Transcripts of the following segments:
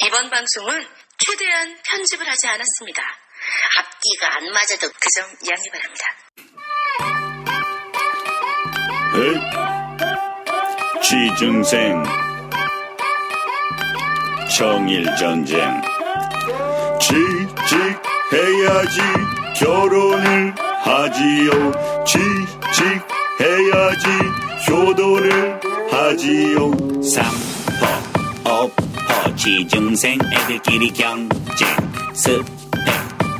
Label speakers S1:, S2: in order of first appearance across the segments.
S1: 이번 방송은 최대한 편집을 하지 않았습니다. 앞뒤가 안 맞아도 그 점 양해 바랍니다.
S2: 흑, 지중생 정일전쟁 취직해야지 결혼을 하지요 취직해야지 효도를 하지요
S3: 삼포 오포 어, 지중생 애들끼리 경쟁 스펙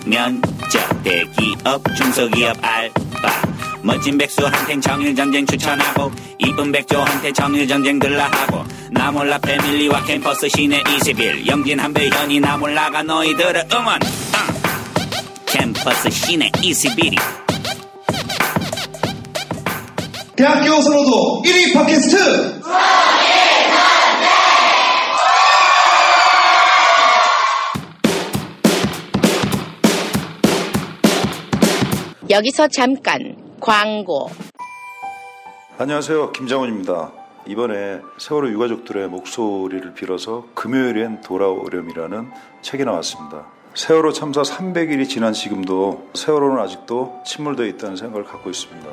S3: 면접 대기업 중소기업 알바 멋진 백수한텐 정일전쟁 추천하고 이쁜 백조한테 정일전쟁 들라하고 나몰라 패밀리와 캠퍼스 시내 21 영진 한배현이 나몰라가 너희들을 응원 땅. 캠퍼스 시내 21이
S4: 대학교 선호도 1위 팟캐스트
S5: 여기서 잠깐 광고.
S6: 안녕하세요. 김장훈입니다. 이번에 세월호 유가족들의 목소리를 빌어서 금요일엔 돌아오렴이라는 책이 나왔습니다. 세월호 참사 300일이 지난 지금도 세월호는 아직도 침몰되어 있다는 생각을 갖고 있습니다.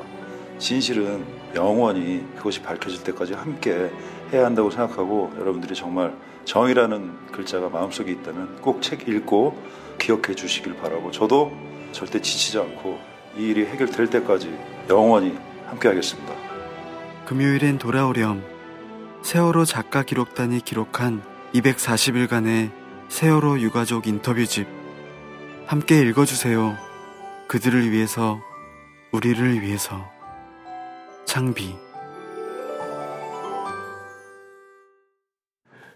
S6: 진실은 영원히 그것이 밝혀질 때까지 함께 해야 한다고 생각하고 여러분들이 정말 정이라는 글자가 마음속에 있다면 꼭 책 읽고 기억해 주시길 바라고 저도 절대 지치지 않고 이 일이 해결될 때까지 영원히 함께 하겠습니다.
S7: 금요일엔 돌아오렴. 세월호 작가 기록단이 기록한 240일간의 세월호 유가족 인터뷰집. 함께 읽어주세요. 그들을 위해서, 우리를 위해서. 창비.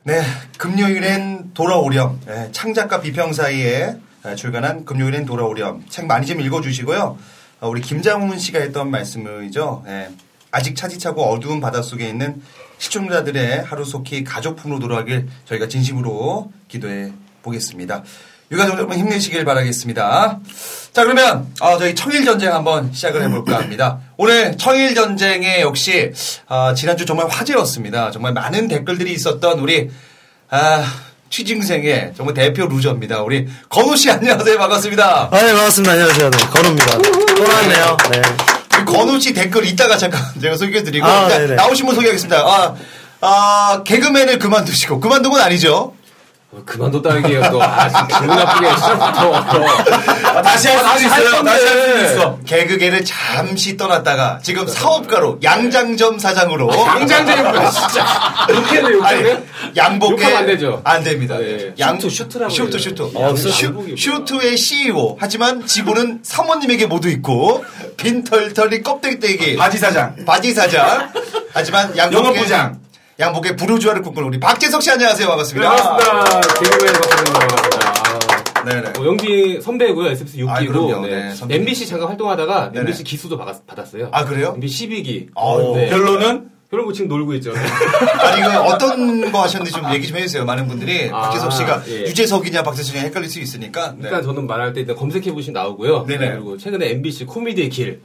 S8: 네, 금요일엔 돌아오렴. 예, 창작가 비평 사이에 아, 출간한 금요일엔 돌아오렴. 책 많이 좀 읽어주시고요. 아, 우리 김장훈 씨가 했던 말씀이죠. 예, 아직 차지차고 어두운 바닷속에 있는 시청자들의 하루속히 가족품으로 돌아가길 저희가 진심으로 기도해 보겠습니다. 유가족 여러분 힘내시길 바라겠습니다. 자, 그러면 아, 저희 청일전쟁 한번 시작을 해볼까 합니다. 오늘 청일전쟁에 역시 아, 지난주 정말 화제였습니다. 정말 많은 댓글들이 있었던 우리 아, 취징생의 정말 대표 루저입니다. 우리 건우 씨 안녕하세요. 반갑습니다.
S9: 아, 네, 반갑습니다. 안녕하세요. 네, 건우입니다. 또 나왔네요. 네.
S8: 우리 건우 씨 댓글 이따가 잠깐 제가 소개해드리고
S9: 아,
S8: 일단
S9: 네네.
S8: 나오신 분 소개하겠습니다. 아, 아, 개그맨을 그만두시고 그만둔 건 아니죠?
S10: 그만뒀다 얘기해요 또. 아, 진짜 기분 나쁘게 시작부터.
S8: 아, 다시 할 수
S10: 할
S8: 있어요.
S10: 건데. 네.
S8: 다시 할 수 있어. 개그계를 잠시 떠났다가 지금 사업가로 양장점 사장으로.
S10: 당장되는 거야, 아, 진짜. 욕해야 돼, 욕해야 돼?
S8: 양복에
S10: 욕하면 안 되죠.
S8: 안 됩니다.
S10: 네.
S8: 양-
S10: 슈트라고
S8: 슈트
S10: 해요.
S8: 슈트.
S10: 아, 무슨 양복이
S8: 슈,
S10: 있구나.
S8: 슈트의 CEO. 하지만 지분은 사모님에게 모두 있고 빈털털이 껍데기떼기
S4: 바지 사장.
S8: 바지 사장. 하지만 양복에
S4: 영업부장.
S8: 양복에 부르주아를 꿈꾸는 우리 박재석 씨 안녕하세요.
S10: 네,
S8: 반갑습니다. 아,
S10: 반갑습니다. 개그맨 박준영 반갑습니다.
S8: 네네.
S10: 어, 영진 선배고요. SBS
S8: 아,
S10: 6기고.
S8: 그럼요. 네, 선배.
S10: MBC 잠깐 활동하다가
S8: 네네.
S10: MBC 기수도 받았, 받았어요.
S8: 아, 그래요?
S10: MBC 12기. 네.
S8: 아유, 네.
S10: 결론은? 결론은 지금 놀고 있죠.
S8: 아니 이거 어떤 거 하셨는지 좀 얘기 좀 해주세요. 많은 분들이
S10: 아,
S8: 박재석 씨가
S10: 예.
S8: 유재석이냐 박재석이냐 헷갈릴 수 있으니까. 네.
S10: 일단 저는 말할 때 일단 검색해 보시면 나오고요.
S8: 네네.
S10: 그리고 최근에 MBC 코미디의 길.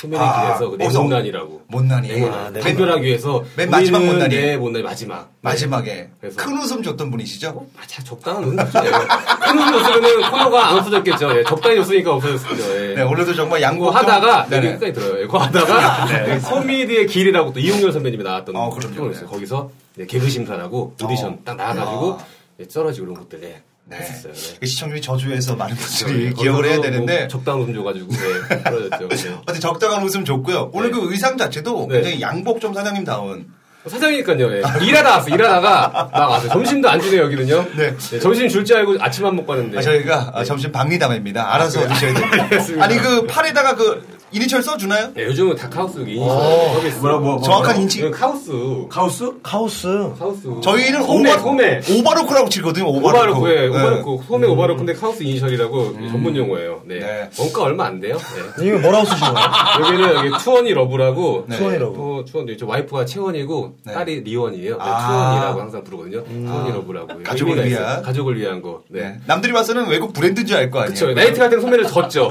S10: 코미디의
S8: 아,
S10: 길에서 그
S8: 어디서?
S10: 내목난이라고.
S8: 못난이.
S10: 아, 대별하기 위해서.
S8: 맨 마지막
S10: 우리는
S8: 못난이.
S10: 내 못난이 마지막.
S8: 마지막에
S10: 그래서. 어?
S8: 큰 웃음 줬던 분이시죠?
S10: 맞아, 적당한 웃음이죠. 네. 큰 웃음이었으면 코너가 안 없어졌겠죠. 예, 적당히 웃으니까 없어졌겠죠. 예.
S8: 네, 오늘도 정말 양보
S10: 이거 하다가,
S8: 네,
S10: 여기
S8: 네.
S10: 끝까지 들어요. 이거 하다가, 네, 코미디의 길이라고 또 이용렬 선배님이 나왔던
S8: 어, 그럼요.
S10: 프로그램이 있어요.
S8: 네. 어.
S10: 거기서 이제 개그심사라고 오디션 딱 나와가지고, 예, 쩔어지고 그런 것들, 예,
S8: 네.
S10: 했었어요. 네.
S8: 그 시청률이 저주에서 많은 분들이
S10: 예,
S8: 기억을 해야
S10: 거기서
S8: 되는데
S10: 뭐 적당한 웃음 줘가지고, 예, 떨어졌죠. 예.
S8: 어쨌든 적당한 웃음 줬고요. 오늘
S10: 네.
S8: 그 의상 자체도
S10: 네.
S8: 굉장히 양복 좀 사장님 다운.
S10: 사장이니까요, 예. 일하다 왔어, 일하다가, 나가서 점심도 안 주네요, 여기는요.
S8: 네.
S10: 예, 점심 줄 줄 알고 아침 안 먹고 왔는데.
S8: 아, 저희가 아, 점심 박리담입니다. 알아서 드셔야 됩니다.
S10: 네. 알겠습니다.
S8: 아니 그 팔에다가 그 이니셜 써주나요?
S10: 예, 요즘은 다 카우스 인식
S8: 어.
S10: 서비스.
S4: 뭐라, 뭐, 뭐,
S8: 정확한 인식.
S10: 이건 카우스.
S4: 가우스?
S9: 카우스.
S10: 카우스.
S8: 저희는
S10: 소매,
S8: 오바,
S10: 소매.
S8: 오바로크라고 치거든요. 오바로크.
S10: 오바르코, 예,
S8: 네. 음.
S10: 오바르코. 소매 오바르코인데 카우스 이니셜이라고 전문 용어예요. 네.
S8: 네.
S10: 원가 얼마 안 돼요. 네.
S9: 이거 뭐라고 쓰신 거예요?
S10: 여기는 여기 투원이 러브라고.
S9: 투원이 러브.
S10: 또 투원이 저 와이프가 채원이고
S8: 네.
S10: 딸이 리원이에요. 네,
S8: 아. 음.
S10: 투원이라고 항상 부르거든요. 투원이 러브라고.
S8: 가족을
S10: 의미가
S8: 위한.
S10: 있어요. 가족을 위한 거. 네.
S8: 네. 남들이 봐서는 외국 브랜드인 줄 알 거 아니에요.
S10: 그쵸. 나이트 같은 소매를 졌죠.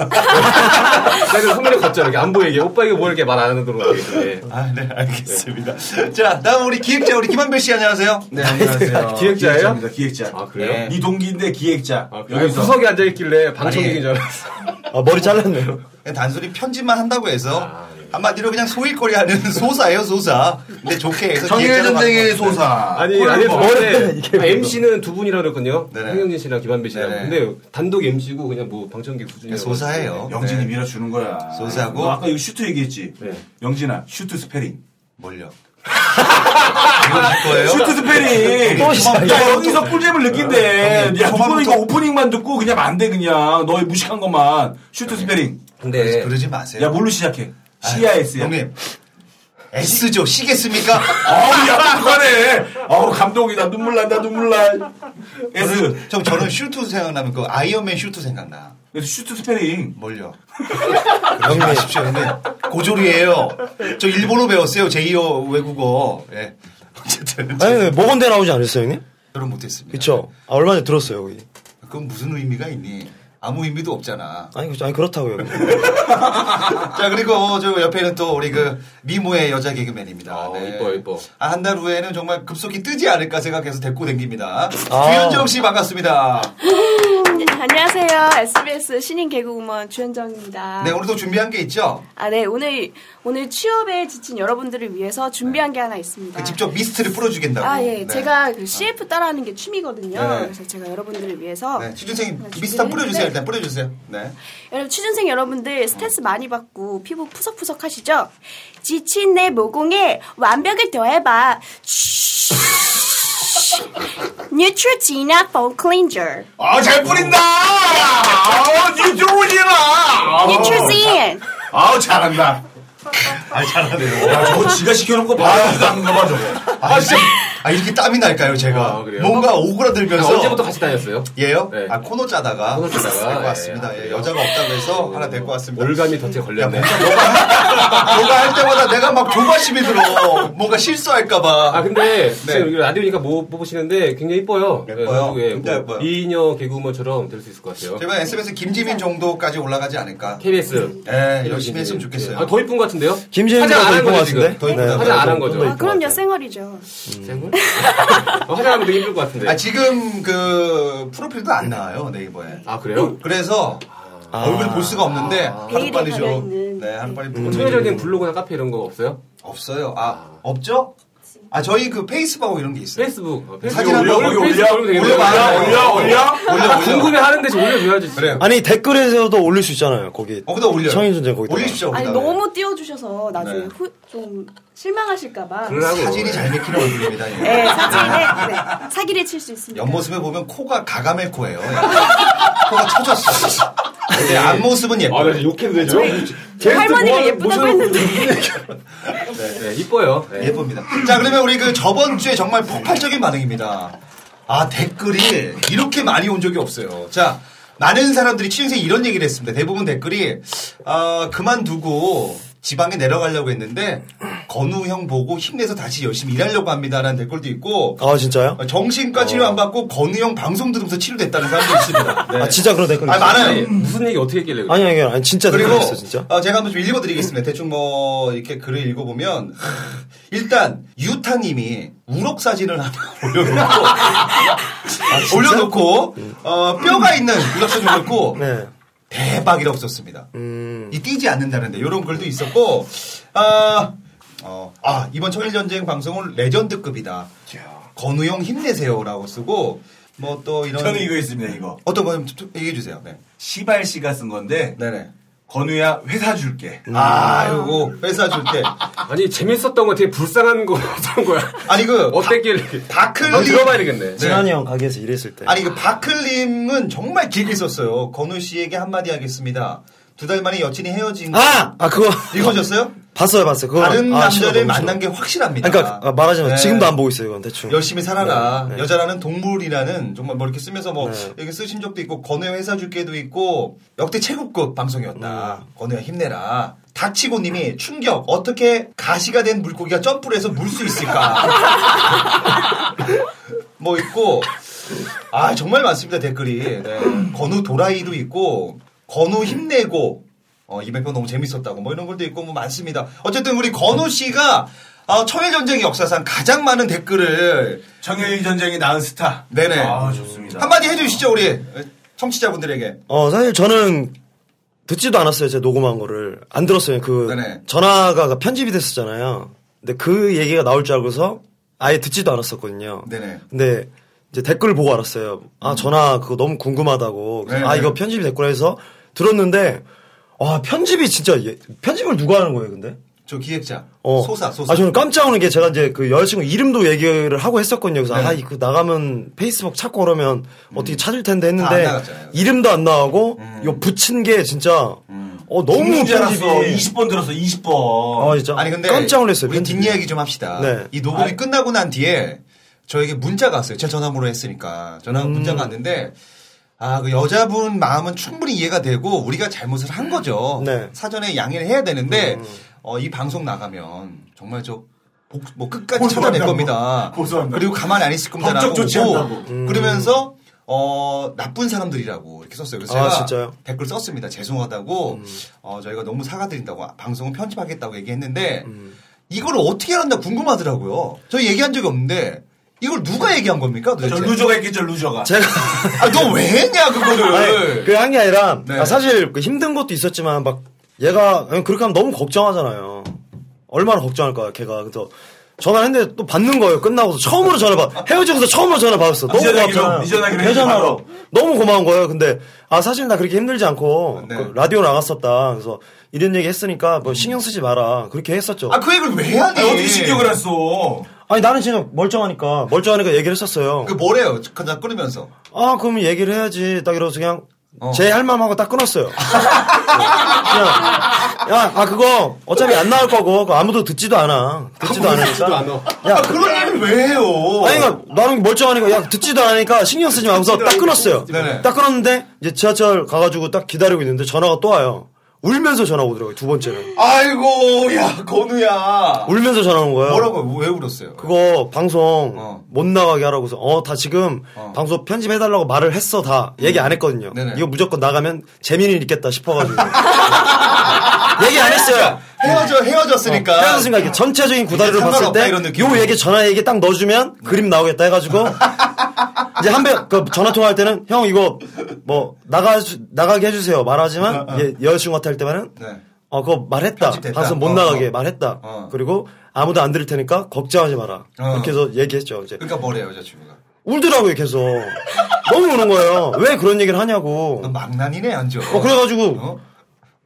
S10: 나이트 소매를 갑자기 안 보이게 오빠 이게 뭐 이렇게 말 안 하도록 예.
S8: 아, 네, 알겠습니다. 자, 다음 우리 기획자 우리 김한별 씨 안녕하세요.
S11: 네, 안녕하세요. 기획자입니다, 기획자.
S10: 아, 그래요?
S11: 네, 네 동기인데 기획자.
S10: 아, 여기 구석에 앉아 있길래 방청객인 줄 알았어.
S8: 아, 머리 잘랐네요. 단순히 편집만 한다고 해서 한마디로 그냥 소일거리 하는 소사예요, 소사. 근데 좋게 해서
S11: 정의의
S8: 기획자로
S11: 전쟁의
S8: 바꿨어요.
S11: 소사.
S10: 아니,
S11: 뭘
S10: 아니,
S11: 뭐.
S10: 저번에 MC는 두 분이라 그랬거든요.
S8: 네네.
S10: 황영진 씨랑 김한배 씨랑.
S8: 네네.
S10: 근데 단독 MC고 그냥 뭐 방청객
S8: 네,
S10: 수준이라고.
S8: 소사예요.
S11: 영진이
S8: 네.
S11: 밀어주는 거야.
S8: 소사하고?
S11: 너 아까 이거 슈트 얘기했지.
S10: 네.
S11: 영진아, 슈트 스페링.
S8: 뭘요? 이거실 거예요?
S11: 슈트 스페링.
S9: 또 시작이야.
S11: 야, 여기서 꿀잼을 느낀대.
S8: 형님,
S11: 야, 두 분은
S8: 초반부터-
S11: 이거 오프닝만 듣고 그냥 안 돼, 그냥. 너의 무식한 것만. 슈트 스페링.
S10: 근데
S8: 네, 그러지 마세요.
S11: 야, 뭐, 뭘로 시작해?
S8: 아,
S11: CIS야.
S8: 형님. S죠. 시겠습니까?
S11: 어우, 야, 똑똑하네. 어우, 감동이다. 눈물 난다, 눈물 나. S.
S8: 저, 저는 슈트 생각나면 그 아이언맨 슈트 생각나.
S11: 그래서 슈트 스페링.
S8: 뭘요? 그러지 마십시오. 근데 고졸이에요. 저 일본어 배웠어요. 제2어 외국어. 예. 어쨌든
S9: 아니, 왜 모건대 나오지 않으셨어요, 형님?
S8: 저는 못했습니다.
S9: 그쵸. 아, 얼마 전에 들었어요, 거기.
S8: 그건 무슨 의미가 있니? 아무 의미도 없잖아.
S9: 아니, 그- 아니 그렇다고요.
S8: 자 그리고 저 옆에는 또 우리 그 미모의 여자 개그맨입니다.
S10: 아, 이뻐, 이뻐.
S8: 아, 한 달 후에는 정말 급속히 뜨지 않을까 생각해서 데리고 댕깁니다.
S9: 아.
S8: 주현정 씨 반갑습니다.
S12: 예, 안녕하세요. SBS 신인 개그우먼 주현정입니다.
S8: 네 오늘도 준비한 게 있죠?
S12: 아, 네. 오늘, 오늘 취업에 지친 여러분들을 위해서 준비한 게 하나 있습니다.
S8: 그 직접 미스트를 풀어주겠다고.
S12: 아, 예.
S8: 네.
S12: 제가 그 CF 따라하는 게 취미거든요.
S8: 네.
S12: 그래서 제가 여러분들을 위해서.
S8: 네, 취준생
S12: 하나
S8: 미스트 한번
S12: 어. 준비를
S8: 뿌려주세요.
S12: 했는데
S8: 일단 뿌려주세요. 네.
S12: 여러분, 취준생 여러분들 스트레스 많이 받고 피부 푸석푸석 하시죠? 지친 내 모공에 완벽을 더해봐. 뉴트로지나 폼 클린저.
S8: 어,
S11: 아, 잘 뿌린다! 아우, 니 좋으시나!
S12: 뉴트로진.
S11: 아우, 잘한다.
S8: 아 잘하네요.
S11: 야, 저거 지가 시켜놓은 거 봐야지도 않는가 봐, 저거.
S8: 아 진짜 아 이렇게 땀이 날까요 제가
S10: 아, 그래요?
S8: 뭔가
S10: 아,
S8: 오그라들면서
S10: 언제부터 같이 다녔어요?
S8: 얘요?
S10: 네.
S8: 아 코너 짜다가
S10: 코너 짜다가,
S8: 데리고
S10: 예,
S8: 왔습니다.
S10: 아,
S8: 예,
S10: 그래요? 음,
S8: 여자가 없다고 해서 하나 데리고 왔습니다.
S10: 올감이 덫에
S8: 야,
S10: 걸렸네.
S8: 뭔가 너가, 너가 할 때마다 내가 막 조바심이 들어. 뭔가 실수할까봐.
S10: 아 근데 지금 여기 라디오니까 못 보시는데 굉장히 이뻐요.
S8: 네. 예뻐요.
S10: 예,
S8: 진짜
S10: 뭐
S8: 예뻐요.
S10: 미인여 개그우먼처럼 될 수 있을 것 같아요.
S8: 제가 SBS 김지민 정도까지 올라가지 않을까.
S10: KBS.
S8: 예, 열심히 했으면 좋겠어요. 네?
S10: 아, 더 이쁜 것 같은데요?
S9: 김재현이가
S10: 화장 안
S9: 더
S10: 한
S9: 이쁜
S10: 거죠,
S9: 것 같은데?
S10: 지금?
S8: 더 이쁘다.
S10: 화장 안
S9: 더
S10: 한 거죠?
S12: 아, 그럼
S9: 같아요.
S12: 여생얼이죠.
S10: 생얼? 어, 화장하면 되게 힘들 것 같은데.
S8: 아, 지금 그 프로필도 안 나와요, 네이버에.
S10: 아, 그래요? 아.
S8: 그래서 얼굴 볼 수가 없는데 하루
S12: 베일에
S8: 빨리
S12: 가려
S8: 좀.
S12: 있는.
S8: 네, 하루 빨리 보고 좀.
S10: 소외적인 뭐 블로그나 카페 이런 거 없어요?
S8: 없어요. 아, 없죠? 아, 저희 그 페이스북하고 이런 게 있어요.
S10: 페이스북. 어,
S8: 사진
S10: 올려,
S8: 한번
S10: 올려,
S8: 올려,
S10: 페이스북 올리면
S8: 올려,
S10: 되겠네요. 올려, 아,
S8: 올려,
S11: 올려?
S8: 올려, 올려.
S10: 궁금해 하는데 좀 올려줘야지.
S8: 그래요.
S9: 아니, 댓글에서도 올릴 수 있잖아요, 거기.
S8: 어, 근데 올려요.
S9: 성인 전쟁 거기다가.
S8: 올리십시오.
S12: 아니
S8: 거기다가.
S12: 너무 띄워주셔서 나중에
S8: 네.
S12: 후- 좀 실망하실까봐.
S10: 그러라고.
S8: 사진이 잘 맥히는 얼굴입니다. 예.
S12: 네, 사진에 네, 사기를 칠 수 있습니다.
S8: 옆모습을 보면 코가 가감의 코예요. 코가 처졌어.
S10: 네.
S8: 근데 앞모습은 예뻐. 요
S10: 욕해도 되죠?
S12: 할머니가 예쁘다고 했는데
S10: 네, 이뻐요. 네.
S8: 예쁩니다. 자, 그러면 우리 그 저번 주에 정말 폭발적인 반응입니다. 아, 댓글이 이렇게 많이 온 적이 없어요. 자, 많은 사람들이 취준생 이런 얘기를 했습니다. 대부분 댓글이, 아, 그만두고 지방에 내려가려고 했는데, 건우 형 보고 힘내서 다시 열심히 일하려고 합니다라는 댓글도 있고,
S9: 아, 진짜요?
S8: 정신과 치료 안 받고 건우 형 방송 들으면서 치료됐다는 사람도 있습니다.
S9: 아, 진짜 그런 댓글
S8: 아,
S9: 있어요?
S8: 많아요.
S10: 무슨 얘기 어떻게 했길래.
S9: 아니, 아니, 아니, 진짜 댓글
S8: 그리고
S9: 있어, 진짜.
S8: 어, 제가 한번 좀 읽어드리겠습니다. 대충 뭐 이렇게 글을 읽어보면 하, 일단 유타님이 우럭 사진을 하나 올려놓고
S9: 아,
S8: 올려놓고 어, 뼈가 있는 우럭 사진 올렸고
S9: 네.
S8: 대박이라고 썼습니다.
S9: 음.
S8: 이 뛰지 않는다는데 이런 글도 있었고 아, 어, 아, 이번 청일전쟁 방송은 레전드급이다. 건우용 힘내세요라고 쓰고 뭐 또 이런
S11: 저는 이거 있습니다, 이거.
S8: 어떤 거 좀 얘기해 주세요. 네.
S11: 시발 씨가 쓴 건데,
S8: 네네.
S11: 건우야, 회사 줄게.
S8: 아, 요거 회사 줄 때.
S10: 아니, 재밌었던 거 되게 불쌍한 거 같은 거야.
S8: 아니 그
S10: 어땠길래.
S8: 다클리
S10: 한번 들어봐야 되겠네.
S8: 네.
S9: 진환이 형 가게에서 일했을 때.
S8: 아니 그 바클님은 정말 길게 썼어요. 건우 씨에게 한마디 하겠습니다. 두 달 만에 여친이 헤어진 거
S9: 아! 아, 그거.
S8: 읽어줬어요?
S9: 봤어요, 봤어요. 그거.
S8: 다른
S9: 아, 싫어,
S8: 남자를
S9: 너무 싫어.
S8: 만난 게 확실합니다.
S9: 그러니까, 아, 말하자면
S8: 네.
S9: 지금도 안 보고 있어요, 이건 대충.
S8: 열심히 살아라.
S9: 네, 네.
S8: 여자라는 동물이라는 정말 뭐 이렇게 쓰면서 뭐
S9: 네.
S8: 이렇게 쓰신 적도 있고 건우의 회사 줄게도 있고 역대 최고급 방송이었다.
S9: 음.
S8: 건우야 힘내라. 닥치고님이 충격. 어떻게 가시가 된 물고기가 점프를 해서 물 수 있을까? 뭐 있고 아 정말 많습니다 댓글이. 네. 건우 도라이도 있고 건우 힘내고 어, 이 발표 너무 재밌었다고 뭐 이런 것도 있고 뭐 많습니다. 어쨌든 우리 건우 씨가 아, 청일 전쟁 역사상 가장 많은 댓글을 청일 전쟁이 낳은 스타. 네네.
S9: 아, 좋습니다.
S8: 한마디 해주시죠 우리 청취자분들에게.
S10: 어, 사실 저는 듣지도 않았어요. 제가 녹음한 거를. 안 들었어요. 그 전화가 그 편집이 됐었잖아요. 근데 그 얘기가 나올 줄 알고서 아예 듣지도 않았었거든요.
S8: 네네.
S10: 근데 이제 댓글 보고 알았어요. 아, 전화 그거 너무 궁금하다고. 그래서
S8: 네네.
S10: 아, 이거 편집이 됐구나 해서 들었는데 와, 편집이 진짜 예- 편집을 누가 하는 거예요, 근데?
S8: 저 기획자.
S10: 어.
S8: 소사 소사.
S10: 아, 저는 깜짝 놀란 게 제가 이제 그 여자친구 이름도 얘기를 하고 했었거든요. 그래서
S8: 네.
S10: 아, 이거 나가면 페이스북 찾고 그러면 어떻게 찾을 텐데
S8: 다 안
S10: 했는데
S8: 나갔잖아요. 음.
S10: 이름도 안 나오고 이거 붙인 게 진짜 어, 너무
S9: 죽는 줄 알았어.
S10: 편집이
S9: 20번 들었어. 20번. 어,
S10: 진짜.
S8: 아니 근데
S10: 깜짝 놀랐어요.
S8: 우리 뒷 얘기 좀 합시다.
S10: 네.
S8: 이 녹음이
S10: 아.
S8: 끝나고 난 뒤에 저에게 문자가 왔어요. 제 전화번호로 했으니까 전화
S10: 음.
S8: 문자가 왔는데 아 그 여자분 마음은 충분히 이해가 되고 우리가 잘못을 한 거죠.
S10: 네.
S8: 사전에 양해를 해야 되는데
S10: 음.
S8: 어, 이 방송 나가면 정말 저 복, 뭐 끝까지 찾아낼
S9: 고소한다고.
S8: 겁니다.
S9: 고소한다고.
S8: 그리고 가만 안 있을 겁니다라고
S9: 법적 조치한다고.
S8: 오고
S9: 음.
S8: 그러면서 어 나쁜 사람들이라고 이렇게 썼어요. 그래서
S10: 아,
S8: 제가
S10: 진짜요?
S8: 댓글 썼습니다. 죄송하다고
S10: 음.
S8: 어, 저희가 너무 사과드린다고 방송은 편집하겠다고 얘기했는데
S10: 음.
S8: 이걸 어떻게 한다 궁금하더라고요. 저 얘기한 적이 없는데 이걸 누가 얘기한 겁니까? 도대체?
S9: 저 루저가 있겠죠, 루저가.
S10: 제가.
S8: 아, 너 왜 했냐, 그거를.
S10: 네. 그한 게 아니라
S8: 네.
S10: 아, 사실 그 힘든 것도 있었지만 막 얘가 그냥 그렇게 하면 너무 걱정하잖아요. 얼마나 걱정할까 걔가 그래서 전화를 했는데 또 받는 거예요. 끝나고서 처음으로 전화 받 헤어지고서 처음으로 전화 받았어. 너무
S9: 이전하기로,
S10: 고맙잖아요.
S9: 이전하기로
S10: 그 전화로.
S9: 바로.
S10: 너무 고마운 거예요. 근데 아 사실 나 그렇게 힘들지 않고
S8: 네.
S10: 그 라디오 나갔었다. 그래서 이런 얘기 했으니까 뭐 신경 쓰지 마라. 그렇게 했었죠.
S8: 아, 그 얘기를 왜 하니?
S10: 네.
S9: 아니, 어떻게 신경을 했어?
S10: 아니 나는 진짜 멀쩡하니까 멀쩡하니까 얘기를 했었어요.
S8: 그 뭐래요? 그냥 끊으면서.
S10: 아, 그럼 얘기를 해야지. 딱 이러면서 그냥 제 할맘 하고 딱 끊었어요. 네. 그냥, 야, 아, 그거 어차피 안 나올 거고, 그거 아무도 듣지도 않아. 듣지도
S9: 아무도
S10: 않으니까.
S9: 듣지도 않아.
S10: 야,
S8: 그런 얘기를 왜 해요?
S10: 아니, 그러니까 나는 멀쩡하니까, 야, 듣지도 않으니까 신경 쓰지 마고서 딱 끊었어요.
S9: 네네.
S10: 딱 끊었는데, 이제 지하철 가가지고 딱 기다리고 있는데 전화가 또 와요. 울면서 전화 오더라고요, 두 번째는.
S8: 아이고, 야, 건우야.
S10: 울면서 전화 온 거예요.
S8: 뭐라고, 어. 왜 울었어요?
S10: 그거 방송 못 나가게 하라고서 어 다 지금 방송 편집해달라고 말을 했어 다 얘기
S8: 음.
S10: 안 했거든요. 이거 무조건 나가면 재민이 있겠다 싶어가지고 얘기 안
S8: 아,
S10: 했어요.
S8: 헤어져, 헤어졌으니까.
S10: 어, 헤어졌으니까 이렇게 전체적인 구다리를
S8: 이제
S10: 봤을
S8: 상관없다,
S10: 때
S8: 이런
S10: 요 얘기 전화 얘기 딱 넣어주면 그림 나오겠다 해가지고 이제 한배 그 전화 통화할 때는 형 이거 뭐 나가 나가게 해주세요
S8: 어,
S10: 말하지만 예, 여자친구한테 할 때만은
S8: 네.
S10: 어 그거 말했다 방송 못
S8: 어,
S10: 나가게 말했다 그리고 아무도 안 들을 테니까 걱정하지 마라
S8: 어.
S10: 이렇게 해서 얘기했죠 이제
S8: 그러니까 뭐래요, 여자친구가.
S10: 울더라고요 계속 너무 우는 거예요 왜 그런 얘기를 하냐고
S8: 막난이네, 안죠.
S10: 어, 그래가지고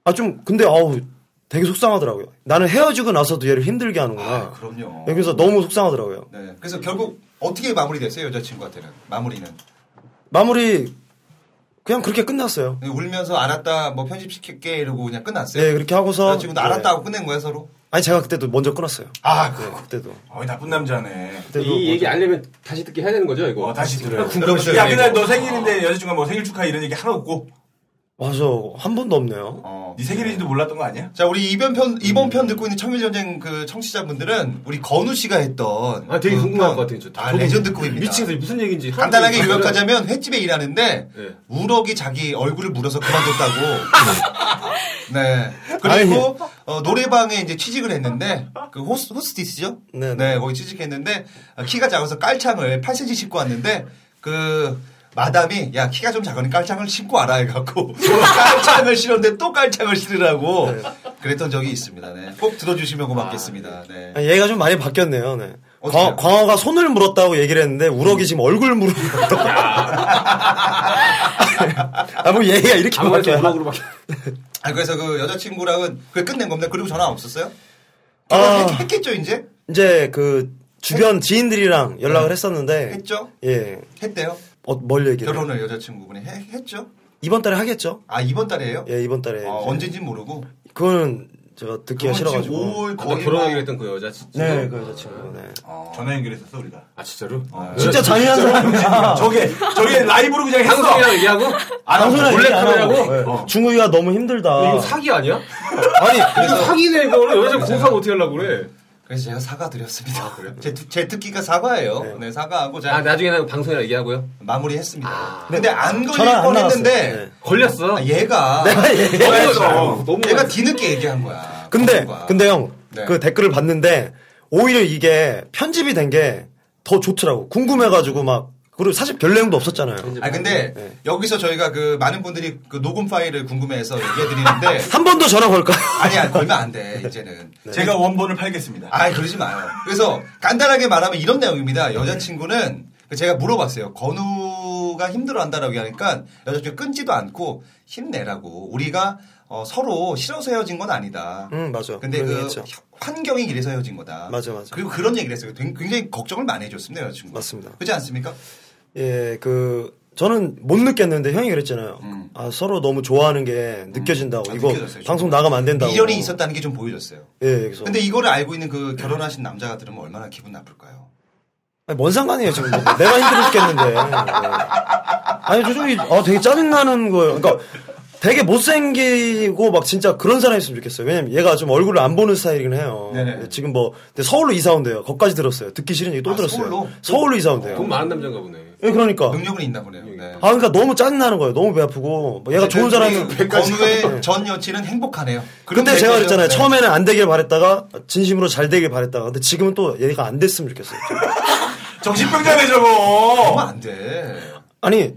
S10: 아 좀 근데 아우 되게 속상하더라고요 나는 헤어지고 나서도 얘를 힘들게 하는구나
S8: 아, 그럼요.
S10: 그래서 너무 속상하더라고요
S8: 네. 그래서 결국 어떻게 마무리됐어요, 여자친구한테는? 마무리는.
S10: 마무리 그냥 그렇게 끝났어요.
S8: 네, 울면서 알았다, 뭐 편집시킬게 이러고 그냥 끝났어요.
S10: 네, 그렇게 하고서
S8: 여자친구도 알았다
S10: 네.
S8: 하고 끝낸 거야, 서로?
S10: 아니 제가 그때도 먼저 끊었어요.
S8: 아,
S10: 네, 그때도.
S9: 어이, 나쁜 남자네.
S10: 그때도
S3: 이 얘기 알려면 다시 듣게 해야 되는 거죠, 아, 이거?
S9: 어, 다시
S10: 아,
S9: 들어요.
S3: 궁금해서
S9: 야,
S3: 이거.
S9: 그날 너 생일인데 여자친구가 뭐 생일 축하 이런 얘기 하나 없고.
S10: 맞아 한 번도 없네요.
S9: 네 생일인지도 몰랐던 거 아니야?
S8: 어. 자, 우리 이번 편, 이번
S10: 음.
S8: 편 듣고 있는 청일전쟁 그 청취자분들은 우리 건우 씨가 했던.
S3: 아, 되게
S8: 그
S3: 궁금할
S8: 편.
S3: 것 같아요, 진짜.
S8: 아,
S3: 저도
S8: 레전드 꿈입니다.
S3: 미치겠어요. 무슨 얘기인지.
S8: 간단하게
S3: 사람들이 예.
S8: 요약하자면 횟집에 일하는데 우럭이 자기 얼굴을 물어서 그만뒀다고. 네. 그리고 어, 노래방에 이제 취직을 했는데 그 호스, 호스티스죠? 네. 거기 취직했는데 어, 키가 작아서 깔창을 8cm 신고 왔는데 그 마담이 야 키가 좀 작으니 깔창을 신고 와라 해갖고 깔창을 신었는데 또 깔창을 신으라고 그랬던 적이 있습니다. 네. 꼭 들어주시면 고맙겠습니다. 네.
S10: 아니, 얘기가 좀 많이 바뀌었네요. 네. 광, 광어가 손을 물었다고 얘기를 했는데 우럭이 지금 얼굴 물었다고. 아뭐 얘기가 이렇게 바뀌어요.
S8: 아 그래서 그 여자친구랑은 그 끝낸 겁니다. 그리고 전화 없었어요?
S10: 아.
S8: 했- 했겠죠 이제?
S10: 이제 그 주변 지인들이랑 연락을 했었는데
S8: 했죠?
S10: 예.
S8: 했대요?
S10: 어, 뭘 얘기를?
S8: 결혼을 여자친구분이 해- 했죠?
S10: 이번 달에 하겠죠?
S8: 아 이번 달에요?
S10: 예, 이번 달에.
S8: 아, 언제인지 모르고.
S10: 그거는 제가
S8: 그건
S10: 듣기가 싫어가지고.
S8: 지금 오월
S3: 아까
S8: 거의 뭐,
S3: 결혼하기로
S8: 막-
S3: 했던 그 여자 친구.
S10: 네, 그 여자친구. 네.
S9: 전화 연결했었어, 우리가.
S3: 아, 진짜로?
S10: 진짜 잔인한 사람이야.
S9: 저게, 저게 라이브로 그냥 했어.
S3: 방송이랑 얘기하고?
S9: 아, 나
S10: 방송이랑
S9: 몰래
S10: 얘기 안 하고.
S9: 카메라고? 어.
S10: 네. 중국이가
S9: 아.
S10: 너무 힘들다.
S3: 이거 사기 아니야?
S10: 아니,
S3: 이거 사기네, 이거. 여자 공상 어떻게 하려고 그래?
S8: 그래서 제가 사과드렸습니다. 제, 특- 제 특기가 사과예요. 네, 사과하고 제가
S10: 아, 나중에는 방송이랑 얘기하고요.
S8: 마무리했습니다. 근데 안 걸릴
S10: 아. 전화 안
S8: 뻔했는데
S10: 나갔어요. 네. 걸렸어.
S8: 아, 얘가
S9: 내가 얘기했어.
S8: 걸렸어.
S9: 너무
S8: 얘가 뒤늦게 얘기한 거야.
S9: 근데 근데 형
S8: 네.
S9: 그 댓글을 봤는데 오히려 이게 편집이 된 게 더 좋더라고. 궁금해가지고 막 그리고 사실 별 내용도 없었잖아요.
S8: 아 근데
S9: 네.
S8: 여기서 저희가 그 많은 분들이 그 녹음 파일을 궁금해해서 얘기해 드리는데
S9: 한 번 더 전화 걸까요?
S8: 아니야 걸면 안 돼 이제는
S9: 네.
S11: 제가 원본을 팔겠습니다.
S8: 아 그러지 마요. 그래서 간단하게 말하면 이런 내용입니다. 여자친구는 제가 물어봤어요. 건우가 힘들어한다라고 하니까 여자친구 끊지도 않고 힘내라고 우리가 어, 서로 싫어서 헤어진 건 아니다.
S9: 응 음, 맞아.
S8: 근데
S9: 그런
S8: 그
S9: 얘기했죠.
S8: 환경이 이래서 헤어진 거다.
S9: 맞아, 맞아.
S8: 그리고 그런 얘기를 했어요. 굉장히 걱정을 많이 해줬습니다 여자친구.
S9: 맞습니다.
S8: 그렇지 않습니까?
S9: 예, 그 저는 못 느꼈는데 형이 그랬잖아요. 아 서로 너무 좋아하는 게
S3: 음.
S9: 느껴진다고.
S8: 음. 아,
S9: 이거
S8: 느껴졌어요,
S9: 방송 나가면 안 된다고.
S8: 미련이 있었다는 게 좀 보여졌어요.
S9: 예, 그래서
S8: 근데 이거를 알고 있는 그 결혼하신 남자가 들으면 얼마나 기분 나쁠까요?
S9: 아니, 뭔 상관이에요 지금 내가 힘들어 죽겠는데. 예. 아니 조정이 아 되게 짜증 나는 거예요. 그러니까 되게 못생기고 막 진짜 그런 사람이었으면 좋겠어요. 왜냐면 얘가 좀 얼굴을 안 보는 스타일이긴 해요.
S10: 네네.
S9: 지금 뭐 근데 서울로 이사 온대요. 거기까지 들었어요. 듣기 싫은 얘기 또
S10: 아,
S9: 들었어요.
S10: 서울로?
S9: 서울로 이사 온대요.
S10: 돈 많은 남자인가 보네.
S9: 예, 그러니까.
S8: 능력은 있나 보네요. 네.
S9: 아, 그러니까 너무 짜증나는 거예요. 너무 배 아프고. 뭐 얘가 좋은 사람이면 예.
S8: 건우의 전 여친은 행복하네요.
S9: 근데 제가 그랬잖아요.
S8: 네.
S9: 처음에는 안 되길 바랬다가 진심으로 잘 되길 바랬다가 근데 지금은 또 얘가 안 됐으면 좋겠어요.
S11: 정신병자네 저거.
S8: 그러면 안 돼.
S9: 아니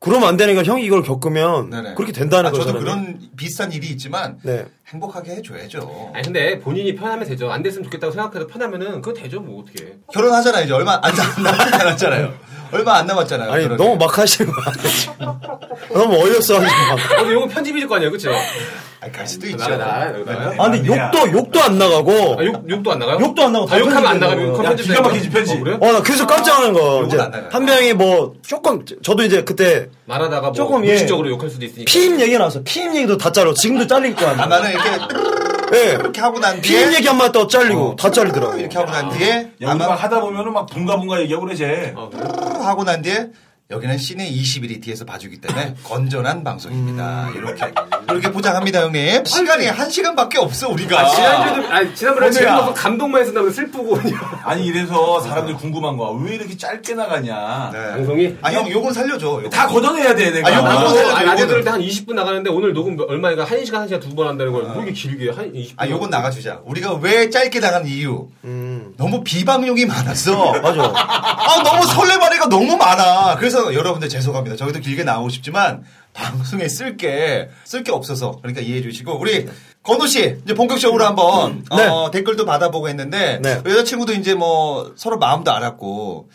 S9: 그러면 안 되니까 형이 이걸 겪으면
S8: 네네.
S9: 그렇게 된다는
S8: 아,
S9: 거예요.
S8: 저도
S9: 저는.
S8: 그런 비슷한 일이 있지만
S9: 네.
S8: 행복하게 해줘야죠.
S10: 아니 근데 본인이 편하면 되죠. 안 됐으면 좋겠다고 생각해도 편하면은 그거 되죠 뭐 어떻게.
S8: 결혼하잖아요. 이제 얼마 안 남- 남지 않았잖아요. 얼마 안 남았잖아요.
S9: 아니
S8: 결혼이.
S9: 너무 막 하시는 거 아니에요? 너무 어이없어 하시는
S10: 근데 이건 편집일 거 아니에요, 그렇죠?
S8: 갈 수도 네,
S10: 있죠. 음, 나가 나가 나가요?
S9: 거. 아 근데 욕도 욕도 안 나가고.
S10: 아, 욕 욕도 안 나가요?
S9: 어. 욕도 안 나고 다
S10: 아, 욕하면 안
S9: 편집되는
S10: 나가면
S9: 거예요.
S10: 그건 편집 편집. 어, 그래요?
S9: 어, 나 그래서 깜짝 놀란 거. 이제 한 명이 뭐 조금 저도 이제 그때
S10: 말하다가 뭐
S9: 조금, 예.
S10: 무식적으로 욕할 수도 있으니까.
S9: 피임 얘기 나왔어. 피임 얘기도 다 잘라. 지금도 잘릴 거 아니야.
S8: 나는 이렇게 이렇게 하고 난 뒤에
S9: 피임 네. 그 얘기 한마디더 잘리고
S11: 어.
S9: 다 잘리더라고.
S8: 이렇게 하고
S10: 아,
S8: 난 뒤에 어,
S11: 야, 우리 막 하다 보면은 막 분가분가 얘기하고 그래 쟤.
S8: 하고 난 뒤에 여기는 시내 21이 뒤에서 봐주기 때문에 건전한 방송입니다.
S9: 음.
S8: 이렇게 이렇게 보장합니다, 형님. 시간이 한 시간밖에 없어 우리가.
S10: 아, 지난주에도 아니 지난번에
S8: 오늘야.
S10: 재미없어 감동만 했었나 보다 슬프고 그냥.
S11: 아니 이래서 사람들 이 궁금한 거야. 왜 이렇게 짧게 나가냐.
S10: 방송이?
S8: 아 형 요건 살려줘. 요건.
S11: 다 걷어내야 돼 내가.
S10: 네. 아,
S11: 아,
S10: 라디오 들을 때한 20분 나가는데 오늘 녹음 얼마인가 1시간 1시간 두 번 한다는 걸뭐 이렇게 길게 한 20분.
S9: 음.
S8: 아, 요건 나가주자. 우리가 왜 짧게 나간 이유.
S9: 음.
S8: 너무 비방용이 많았어.
S9: 맞아.
S8: 아, 너무 설레발이가 너무 많아. 그래서 여러분들 죄송합니다. 저희도 길게 나오고 싶지만, 방송에 쓸 게, 쓸 게 없어서. 그러니까 이해해 주시고, 우리, 건우 씨, 이제 본격적으로 한번, 어, 댓글도 받아보고 했는데,
S9: 음. 네.
S8: 여자친구도 이제 뭐, 서로 마음도 알았고,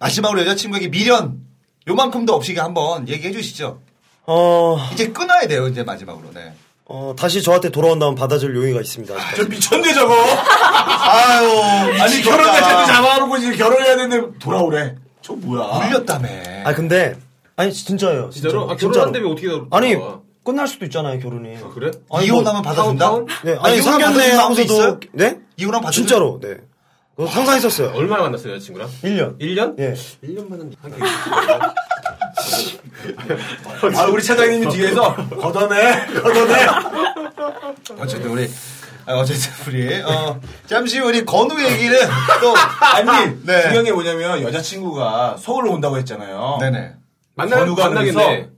S8: 마지막으로 여자친구에게 미련, 요만큼도 없이 한번 얘기해 주시죠.
S9: 어,
S8: 이제 끊어야 돼요, 이제 마지막으로. 네.
S9: 어, 다시 저한테 돌아온다면 받아줄 용의가 있습니다.
S8: 그
S11: 저 미쳤네 저거.
S8: 아유,
S11: 아니
S8: 미치겠다.
S11: 결혼할 때도 잡아놓고 이제 결혼해야 되는데 돌아오래. 저 뭐야?
S8: 울렸다며.
S9: 아 근데 아니 진짜예요.
S10: 진짜로? 아,
S9: 진짜로.
S10: 결혼한데 왜 어떻게 결혼-
S9: 아니
S10: 아.
S9: 끝날 수도 있잖아요 결혼이.
S10: 그래?
S9: 아니, 뭐-
S8: 이혼하면 받아준다?
S10: 파혼, 파혼?
S9: 네,
S8: 아,
S9: 아니
S8: 이혼하면
S9: 상견례
S8: 받아준 사람도 있어요?
S9: 하고서도 네?
S8: 이혼하면 받아준-
S9: 진짜로 네. 그거 상상했었어요.
S10: 얼마나 만났어요, 여자친구랑?
S9: 1년.
S10: 1년?
S9: 예.
S10: 1년 만은 한
S11: 아 우리 차장님이 뒤에서 걷어내 걷어내.
S8: 어쨌든 우리 아, 어쨌든 우리 어, 잠시 우리 건우 얘기를 또
S11: 아니
S8: 네.
S11: 중요한 게 뭐냐면 여자친구가 서울로 온다고 했잖아요.
S8: 어. 네네
S10: 만나-
S11: 건우가
S10: 만나겠네.
S11: 그래서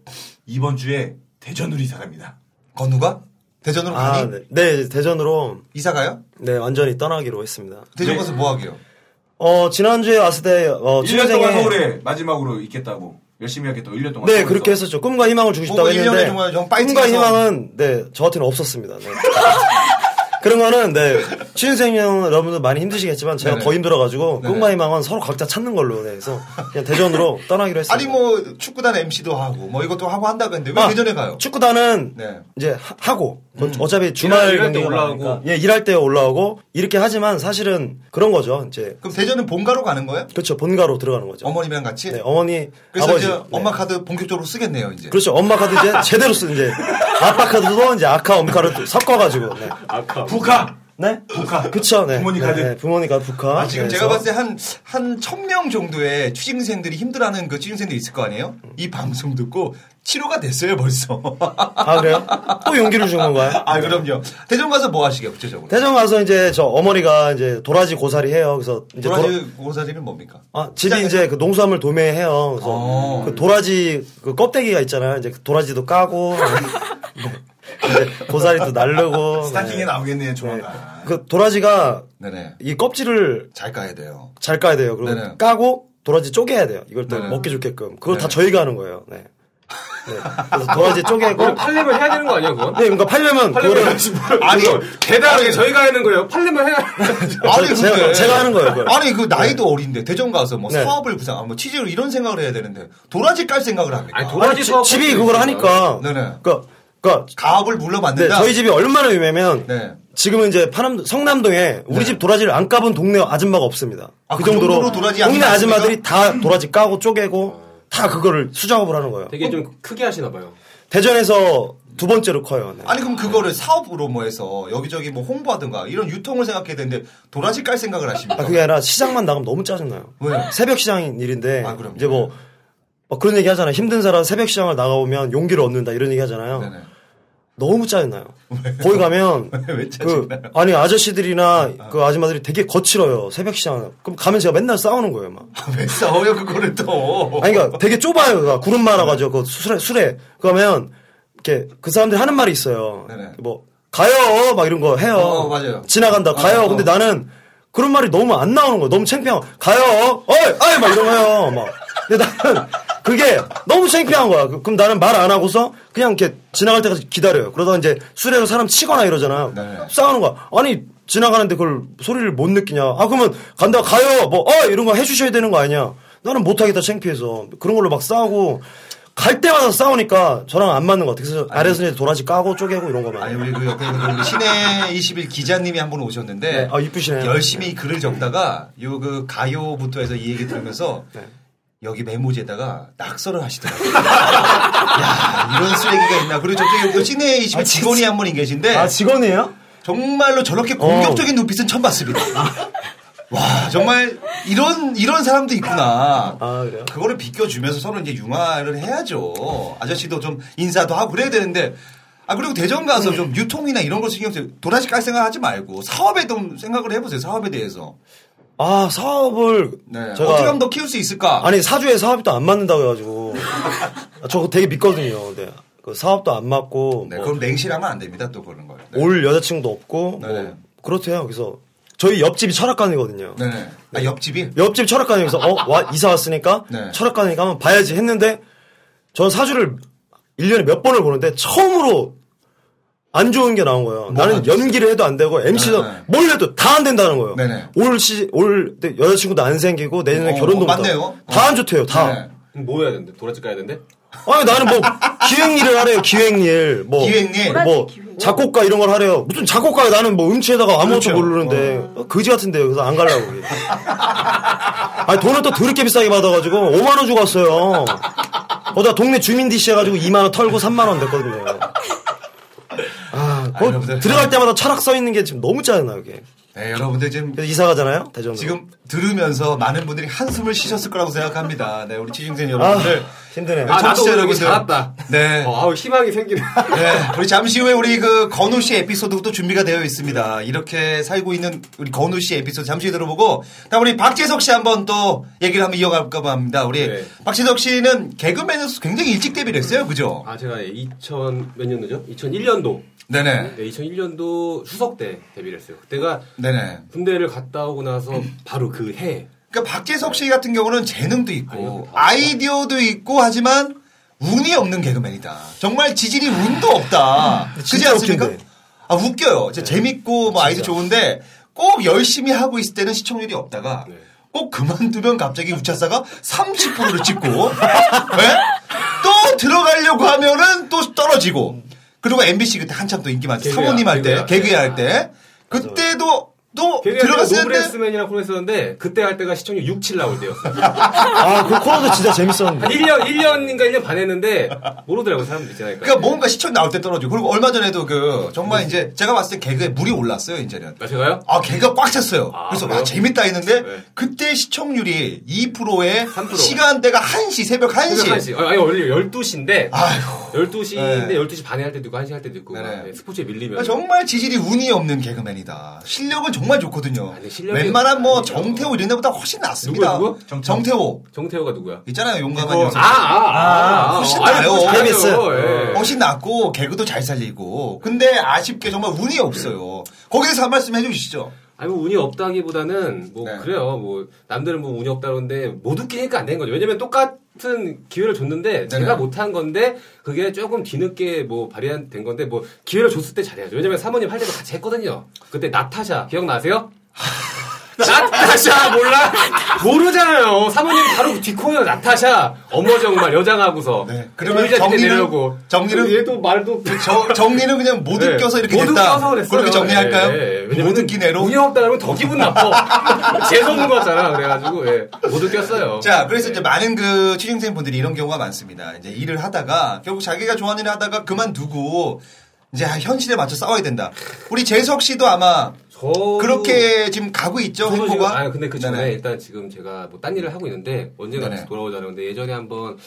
S11: 이번 주에 대전으로 이사 갑니다.
S8: 건우가 대전으로
S9: 아
S8: 가니
S9: 네. 네, 대전으로
S8: 이사 가요?
S9: 네 완전히 떠나기로 했습니다.
S8: 대전 가서 뭐 하게요?
S9: 어 지난주에 왔을 때어
S11: 1년 동안
S9: 친구생에
S11: 서울에 마지막으로 있겠다고 열심히 하겠다고 1년 동안.
S9: 네
S11: 서울에서.
S9: 그렇게 했었죠. 꿈과 희망을 주고 싶다고
S8: 뭐가
S9: 했는데
S8: 1년에 정말 좀
S9: 꿈과
S8: 파이팅해서-
S9: 희망은 네 저한테는 없었습니다. 네. 그런 거는 네 취준생 여러분들 많이 힘드시겠지만 제가
S8: 네네.
S9: 더 힘들어가지고
S8: 네네.
S9: 꿈과 희망은 서로 각자 찾는 걸로 네, 그래서 그냥 대전으로 떠나기로 했습니다.
S8: 아니 뭐 축구단 MC도 하고 뭐 이것도 하고 한다 그랬는데 왜
S9: 아,
S8: 대전에 가요?
S9: 축구단은
S8: 네.
S9: 이제 하- 하고 그
S11: 음.
S9: 어차피 주말
S10: 일할 때
S9: 경기가
S10: 올라오고.
S9: 많으니까. 예 일할 때 올라오고 이렇게 하지만 사실은 그런 거죠 이제
S8: 그럼 대전은 본가로 가는 거예요?
S9: 그렇죠 본가로 들어가는 거죠
S8: 어머님이랑 같이?
S9: 네, 어머니
S8: 그래서
S9: 아버지
S8: 이제
S9: 네.
S8: 엄마 카드 본격적으로 쓰겠네요 이제.
S9: 그렇죠 엄마 카드 이제 제대로 쓰 이제 아빠 카드도 이제 아카 엄카를 또 섞어가지고 네.
S10: 아까
S11: 북한
S9: 네? 북한. 그쵸, 네.
S8: 부모님 가든.
S9: 네, 부모님과 북한.
S8: 아, 지금 제가 봤을 때 한 한 천 명 정도의 취직생들이 힘들어하는 그 취직생들이 있을 거 아니에요? 이 방송 듣고 치료가 됐어요 벌써.
S9: 음. 아, 그래요? 또 용기를 준 건가요?
S8: 아 그럼요. 대전 가서 뭐 하시게요 구체적으로?
S9: 대전 가서 이제 저 어머니가 이제 도라지 고사리 해요. 그래서 이제
S8: 도라지
S9: 도라-
S8: 고사리는 뭡니까? 어.
S9: 아, 집이 이제 그 농수산물 도매해요. 그래서 그 도라지 그 껍데기가 있잖아요. 이제 그 도라지도 까고 이제 고사리도 날르고
S11: 스타킹에
S9: 네.
S11: 나오겠네요, 조만간.
S9: 그 도라지가
S8: 네네.
S9: 이 껍질을
S8: 잘 까야 돼요.
S9: 잘 까야 돼요. 그리고
S8: 네네.
S9: 까고 도라지 쪼개야 돼요. 이걸 또
S8: 네네.
S9: 먹기 좋게끔. 그걸 다
S10: 네네.
S9: 저희가 하는 거예요. 네. 네. 그래서 도라지 쪼개고
S10: 그럼 팔레면 해야 되는 거 아니야 그건?
S9: 네, 그러니까 팔려면
S10: 팔레면 아니 대단하게 저희가 하는 거예요. 팔레면 해야.
S8: 아니 근데
S10: 제가- 제가 하는 거예요, 그걸.
S8: 아니 그 나이도 어린데 대전 가서 뭐
S10: 네.
S8: 사업을 구상, 뭐 취재로 이런 생각을 해야 되는데 도라지 깔 생각을 합니까?
S9: 아니, 도라지 아니, 지- 사업 집이 그걸 하니까.
S8: 네네.
S9: 그러니까 그러니까
S8: 가업을
S9: 네,
S8: 물러받는다.
S9: 저희 집이 얼마나 유명하면
S8: 네.
S9: 지금은 이제 파남 성남동에 우리 집 도라지를 안 까본 동네 아줌마가 없습니다.
S8: 아,
S9: 그
S8: 그 정도로
S9: 정도로,
S8: 도라지 양이
S9: 동네
S8: 많습니까?
S9: 아줌마들이 다 도라지 까고 쪼개고 다 그거를 수작업을 하는 거예요.
S10: 되게 좀 크게 하시나 봐요.
S9: 대전에서 두 번째로 커요. 네.
S8: 아니 그럼 그거를 사업으로 뭐 해서 여기저기 뭐 홍보하든가 이런 유통을 생각해야 되는데 도라지 깔 생각을 하십니까?
S9: 아, 그게 아니라 시장만 나가면 너무 짜증나요.
S8: 왜요? 아,
S9: 새벽 시장인 일인데 이제 뭐,
S8: 네.
S9: 뭐 그런 얘기 하잖아요. 힘든 사람 새벽 시장을 나가보면 용기를 얻는다 이런 얘기 하잖아요. 너무 짜증나요. 거기 가면
S8: 왜
S9: 그 아니 아저씨들이나 그 아줌마들이 되게 거칠어요. 새벽 시장. 그럼 가면 제가 맨날 싸우는 거예요, 막.
S8: 왜 싸워요 그거를 또?
S9: 아니 그러니까 되게 좁아요. 그러니까 구름 말아가지고 그 술에 술에 그러면 이렇게 그 사람들이 하는 말이 있어요. 뭐 가요 막 이런 거 해요.
S8: 어, 맞아요. 어.
S9: 지나간다 가요. 근데 나는 그런 말이 너무 안 나오는 거야. 너무 창피하고 가요. 어이 어이 막 이런 거요. 막 근데 나는 그게 너무 창피한 거야. 그- 그럼 나는 말 안 하고서 그냥 이렇게 지나갈 때까지 기다려요. 그러다가 이제 술에서 사람 치거나 이러잖아요. 싸우는 거야. 아니 지나가는데 그걸 소리를 못 느끼냐. 아 그러면 간다 가요. 뭐 어 이런 거 해주셔야 되는 거 아니야. 나는 못하겠다 창피해서 그런 걸로 막 싸우고 갈 때마다 싸우니까 저랑 안 맞는 것 같아. 그래서 아래서 이제 도라지 까고 쪼개고 이런 거만.
S8: 아니 우리 그 옆에 있는 우리 신해 21 기자님이 한 분 오셨는데
S9: 네. 아, 이쁘시네요.
S8: 열심히 글을 적다가 요 그 가요부터 해서 이 얘기 들으면서
S9: 네.
S8: 여기 메모지에다가 낙서를 하시더라고요. 야 이런 쓰레기가 있나. 그리고 저쪽에 그 신해 21 직원이 한 분이 계신데
S9: 아 어. 직원이에요?
S8: 정말로 저렇게 공격적인 눈빛은 처음 봤습니다.
S9: 아.
S8: 와 정말 이런 이런 사람도 있구나.
S9: 아,
S8: 그거를 비껴주면서 서로 이제 융화를 해야죠. 아저씨도 좀 인사도 하고 그래야 되는데. 아 그리고 대전 가서
S9: 네.
S8: 좀 유통이나 이런 걸 신경 쓰 도라지 깔 생각하지 말고 사업에 좀 생각을 해보세요. 사업에 대해서
S9: 아 사업을 네. 제가
S8: 네. 어떻게 하면 더 키울 수 있을까?
S9: 아니 사주에 사업이 또 안 맞는다고 해가지고 아, 저거 되게 믿거든요. 근데 그 사업도 안 맞고
S8: 네,
S9: 뭐
S8: 그럼 냉실하면 안 됩니다. 또 그런 걸. 네.
S9: 올 여자친구도 없고
S8: 네네.
S9: 뭐 그렇대요. 그래서 저희 옆집이 철학관이거든요.
S8: 네네. 아 옆집이
S9: 옆집 철학관에서 어 와, 이사 왔으니까
S10: 네.
S9: 철학관이니까 한번 봐야지 했는데 저는 사주를 1년에 몇 번을 보는데 처음으로 안 좋은 게 나온
S10: 뭐
S9: 거예요. 나는 연기를 해도 안 되고 MC도
S10: 네,
S9: 뭘 해도 다 안 된다는 거예요. 올 시, 올 때 여자친구도 안 생기고 내년에
S10: 어,
S9: 결혼도
S10: 맞네요. 어.
S9: 못하고 다 안 좋대요. 다.
S8: 네.
S10: 뭐 해야 되는데? 도라지 까야 되는데?
S9: 아니 나는 뭐 기획일을 하래요 기획일 뭐
S10: 기획일?
S9: 뭐 작곡가 이런 걸 하래요 무슨 작곡가야 나는 뭐 음치에다가 아무것도 모르는데 거지 같은데요 그래서 안 가려고 그래요. 아니 돈을 또 더럽게 비싸게 받아가지고 5만 원 주고 왔어요 거다 동네 주민 DC 해가지고 2만 원 털고 3만 원 됐거든요 아 그거 들어갈 때마다 철학 써 있는 게 지금 너무 짜증나 이게
S8: 네, 여러분들 지금
S9: 이사 가잖아요 대전
S8: 지금 들으면서 많은 분들이 한숨을 쉬셨을 거라고 생각합니다. 네, 우리 취중생 여러분들.
S9: 아, 힘드네.
S10: 아, 나도 오늘 여기 살았다.
S8: 네.
S10: 어, 아우, 희망이 생기네.
S8: 네. 우리 잠시 후에 우리 그 건우 씨 에피소드도 준비가 되어 있습니다. 이렇게 살고 있는 우리 건우 씨 에피소드 잠시 후에 들어보고, 다음 우리 박재석 씨 한번 또 얘기를 한번 이어갈까 합니다. 우리 박재석 씨는 개그맨에서 굉장히 일찍 데뷔를 했어요. 그죠?
S10: 아, 제가 2000, 몇 년도죠? 2001년도.
S8: 네네.
S10: 2001년도 추석 때 데뷔를 했어요. 그때가
S8: 네네.
S10: 군대를 갔다 오고 나서 바로 그 해.
S8: 그러니까 박재석 씨 같은 경우는 재능도 있고 아이디어도 있고 하지만 운이 없는 개그맨이다. 정말 지질이 운도 없다. 그지 않습니까? 아 웃겨요. 진짜 재밌고 뭐 아이디어 좋은데 꼭 열심히 하고 있을 때는 시청률이 없다가 꼭 그만두면 갑자기 우차사가 30%를 찍고 예? 또 들어가려고 하면은 또 떨어지고 그리고 MBC 그때 한참 또 인기 많죠.
S10: 개그야,
S8: 사모님 할 때
S10: 개그야.
S8: 네. 개그야 할 때 그때도 너
S10: 들어갔을
S8: 들어갔을
S10: 때
S8: 때-
S10: 노브레스맨이랑 코너 했었는데 그때 할 때가 시청률 6, 7 나올 때였어요.
S9: 아, 그 코너도 진짜 재밌었는데.
S10: 한 1년, 1년인가 1년 반 했는데 모르더라고요, 사람들이. 제가
S8: 그러니까 뭔가 시청 나올 때 떨어지고 그리고 얼마 전에도 그 정말 이제 제가 봤을 때 개그에 물이 올랐어요 이제는.
S10: 아 제가요?
S8: 아 개그가 꽉 찼어요. 그래서 와
S10: 그래요? 네.
S8: 재밌다 했는데 그때 시청률이 2%에 시간대가 1시 새벽 1시.
S10: 새벽 1시. 아니, 아니, 원래 12시인데. 12시인데 12시 반에 할 때도 있고 1시 할 때도 있고. 아. 네, 스포츠에 밀리면.
S8: 정말 지질이 운이 없는 개그맨이다. 실력은 정말 좋거든요.
S10: 아, 실력이
S8: 웬만한 뭐 정태호 이런 데보다 훨씬 낫습니다.
S10: 누구야, 누구?
S8: 정태호.
S10: 정태호가 누구야?
S8: 있잖아요, 용감한
S10: 이거-
S8: 여성.
S10: 아, 아, 아, 아.
S8: 훨씬
S10: 아니,
S8: 나요.
S10: 그거 KBS. 예.
S8: 훨씬 낫고 개그도 잘 살리고. 근데 아쉽게 정말 운이 없어요. 거기에 대해서 한 말씀 해주시죠.
S10: 아니 뭐 운이 없다기보다는 뭐
S8: 네.
S10: 그래요 뭐 남들은 뭐 운이 없다 그러는데 못 웃기니까 안 된 거죠 왜냐면 똑같은 기회를 줬는데 제가 못한 건데 그게 조금 뒤늦게 뭐 발휘된 건데 뭐 기회를 줬을 때 잘해야죠 왜냐면 사모님 할 때도 같이 했거든요 그때 나타샤 기억나세요? 나타샤 몰라 모르잖아요 사모님 바로 뒷코너 나타샤 어머 정말 여장하고서
S8: 네. 그러면
S10: 의자 밑에
S8: 정리는-
S10: 내려오고
S8: 정리는-
S10: 얘도 말도
S8: 저- 정리는 그냥 못
S10: 어. 네.
S8: 웃겨서 이렇게
S10: 못
S8: 됐다.
S10: 웃겨서 그랬어요.
S8: 그렇게 정리할까요?
S10: 못 웃기네로. 운이 없다 그러면 더 기분 나빠. 재수없는 거잖아. 그래가지고 예. 못 웃겼어요.
S8: 자, 그래서 이제 많은 그 취준생 분들이 이런 경우가 많습니다. 이제 일을 하다가 결국 자기가 좋아하는 일을 하다가 그만두고 이제 아, 현실에 맞춰 싸워야 된다. 우리 재석 씨도 아마 그렇게 지금 가고 있죠,
S10: 저도 지금-
S8: 행보가?
S10: 아 근데 그 전에
S8: 네네.
S10: 일단 지금 제가 뭐 딴 일을 하고 있는데 언제가
S8: 네네.
S10: 다시 돌아오자는 건데 예전에 한번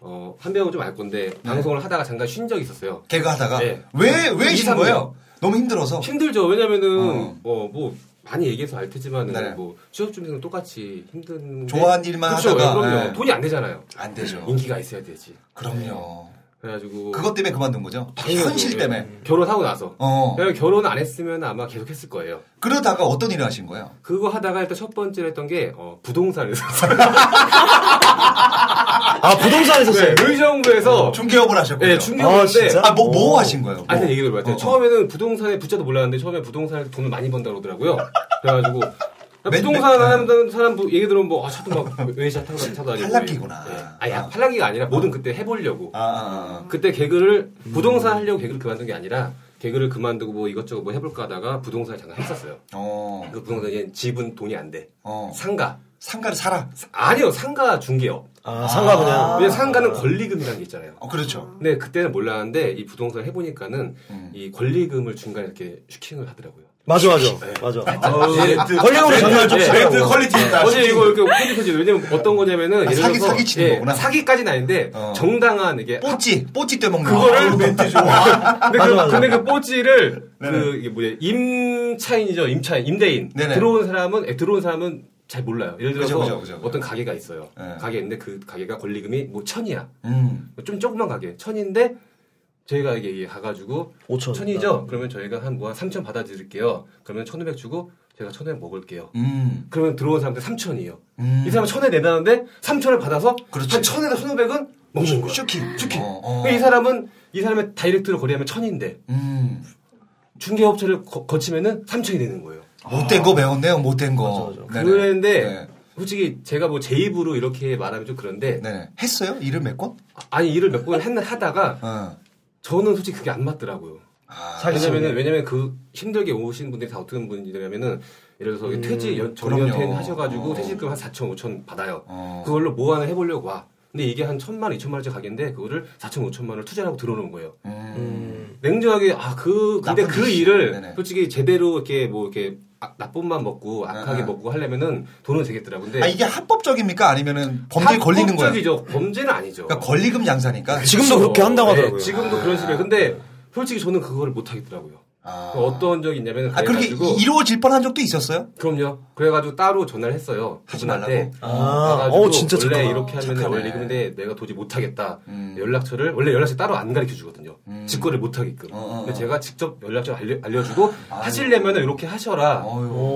S10: 어, 한 병은 좀 알 건데
S8: 네.
S10: 방송을 하다가 잠깐 쉰 적이 있었어요.
S8: 개그 하다가?
S10: 네.
S8: 왜- 왜쉰
S10: 이, 삼 년.
S8: 거예요? 너무 힘들어서.
S10: 힘들죠. 왜냐면은 어, 뭐 많이 얘기해서 알 테지만은 뭐 취업 준비는 똑같이 힘든
S8: 네. 좋아하는 일만
S10: 그렇죠.
S8: 하다가,
S10: 예, 그럼요.
S8: 네.
S10: 돈이 안 되잖아요.
S8: 안 되죠.
S10: 인기가 있어야 되지.
S8: 그럼요.
S10: 그래가지고
S8: 그것 때문에 그만둔 거죠?
S10: 당연하죠.
S8: 현실 때문에.
S10: 예. 결혼하고 나서.
S8: 어.
S10: 그냥 결혼 안 했으면 아마 계속 했을 거예요.
S8: 그러다가 어떤 일을 하신 거예요?
S10: 그거 하다가 일단 첫 번째로 했던 게 어, 부동산을
S8: 네.
S10: 샀어요.
S9: 아, 부동산에 샀어요?
S10: 네, 의정부에서
S8: 중개업을 하셨군요.
S10: 네,
S8: 아,
S10: 중개업인데
S8: 진짜? 아, 뭐- 뭐 하신 거예요?
S10: 아니,
S8: 뭐?
S10: 얘기 들어봐요.
S8: 어.
S10: 처음에는 부동산에 붙자도 몰랐는데 처음에 부동산에서 돈을 많이 번다 그러더라고요. 그래가지고 부동산 하는 사람 뭐 얘기 들으면 뭐 아, 차도 막 외차 타고 다니- 타고 다니고
S8: 팔랑귀구나. 아.
S10: 예. 아니, 아, 팔랑기가 아니라 뭐든 그때 해보려고. 그때 개그를
S8: 음.
S10: 부동산 하려고 개그를 그만둔 게 아니라 개그를 그만두고 뭐 이것저것 뭐 해볼까 하다가 부동산을 잠깐 했었어요. 그 부동산에 집은 돈이 안 돼.
S8: 어.
S10: 상가.
S8: 상가를 사라.
S10: 아니요, 상가 중개업.
S9: 아, 상가 그냥.
S10: 왜냐 상가는 권리금이라는 게 있잖아요.
S8: 그렇죠.
S10: 근데 그때는 몰랐는데 이 부동산 을 해보니까는
S8: 음.
S10: 이 권리금을 중간에 이렇게 슈킹을 하더라고요.
S9: 맞아, 맞아. 맞아.
S8: 어, 그
S10: 예.
S9: 그 권력으로 정말 좀
S10: 예.
S9: 잘하고.
S10: 어제 이거 이렇게 편집 편집 왜냐면 어떤 거냐면은
S8: 아,
S10: 예를
S8: 사기-
S10: 들어서
S8: 사기 치는
S10: 예,
S8: 거구나. 어.
S10: 사기까지는 아닌데 정당한 이게
S8: 뽀찌 뽀찌 때 먹는
S10: 그거를
S8: 거.
S10: 멘트
S8: 아. 좋아.
S10: 근데
S8: 맞아,
S10: 그
S8: 맞아.
S10: 근데 그 뽀찌를
S8: 네네.
S10: 그 이게 뭐냐 임차인이죠 임차인 임대인
S8: 네네.
S10: 들어온 사람은 에, 들어온 사람은 잘 몰라요. 예를
S8: 그죠,
S10: 들어서
S8: 그죠, 그죠, 네. 그죠.
S10: 어떤 가게가 있어요. 가게인데 그 가게가 권리금이 뭐 천이야.
S8: 음.
S10: 좀 조그만 가게 천인데 저희가 이게 이게 가가지고
S9: 5천
S10: 천이죠. 그러면 저희가 한 뭐 한 3천 받아드릴게요. 그러면 1,500 주고 제가 1,500 먹을게요.
S8: 음.
S10: 그러면 들어온 사람한테 3천이에요.
S8: 음.
S10: 이 사람은 1,000에 내다는데 3천을 받아서 한 1,000에다 1,500은 먹는 거야.
S8: 쇼킹.
S10: 쇼킹.
S8: 어.
S10: 그러니까 이 사람은 이 사람의 다이렉트로 거래하면 1,000인데
S8: 음.
S10: 중개업체를 거, 치면은 3천이 되는 거예요.
S8: 못된 거 배웠네요. 못된 거. 네네.
S10: 아. 그랬는데
S8: 네.
S10: 솔직히 제가 뭐 제 입으로 이렇게 말하면 좀 그런데
S8: 네. 했어요? 일을 몇 어. 건?
S10: 아니 일을 몇 번 했나 하다가 저는 솔직히 그게 안 맞더라고요.
S8: 아,
S9: 사기치는
S10: 왜냐면은
S9: 게.
S10: 왜냐면 그 힘들게 오신 분들이 다 어떤 분이냐면은 예를 들어서 퇴직 연-
S9: 그럼요.
S10: 정년 퇴직하셔가지고 퇴직금 한 4천 5천 받아요.
S8: 어.
S10: 그걸로 뭐 하나 해보려고 와. 근데 이게 한 천만 2천만 원짜리 가게인데 그거를 4천 5천만 원을 투자하고 들어오는 거예요.
S8: 음.
S10: 음.
S9: 음.
S10: 냉정하게 아 그 근데
S9: 나쁜
S10: 그
S9: 짓이죠.
S10: 일을
S9: 네네.
S10: 솔직히 제대로 이렇게 뭐 이렇게 아- 나쁜만 먹고 악하게 먹고 하려면은 돈은 되겠더라고. 근데
S8: 아 이게 합법적입니까? 아니면은 범죄에 걸리는 거예요?
S10: 합법적이죠. 범죄는 아니죠.
S8: 그러니까 권리금 양사니까.
S10: 그렇죠. 네, 지금도
S8: 아.
S10: 그런 식으로. 해요. 근데 솔직히 저는 그걸 못 하겠더라고요. 어떤 적이 있냐면
S8: 아, 그렇게
S10: 그래가지고
S8: 이루어질 뻔한 적도 있었어요?
S10: 그럼요. 그래가지고 따로 전화를 했어요.
S8: 하지
S10: 그분한테.
S8: 말라고? 아,
S10: 와가지고
S8: 어, 진짜
S10: 원래
S8: 착하다.
S10: 이렇게 하면
S8: 착하네. 음.
S10: 원래 근데 내가 도저히 못하겠다. 연락처를 원래 연락처 따로 안 가르쳐 주거든요. 직거래를 못하게끔.
S8: 어,
S10: 근데 제가 직접 연락처 알려, 알려주고
S8: 아.
S10: 하시려면 이렇게 하셔라.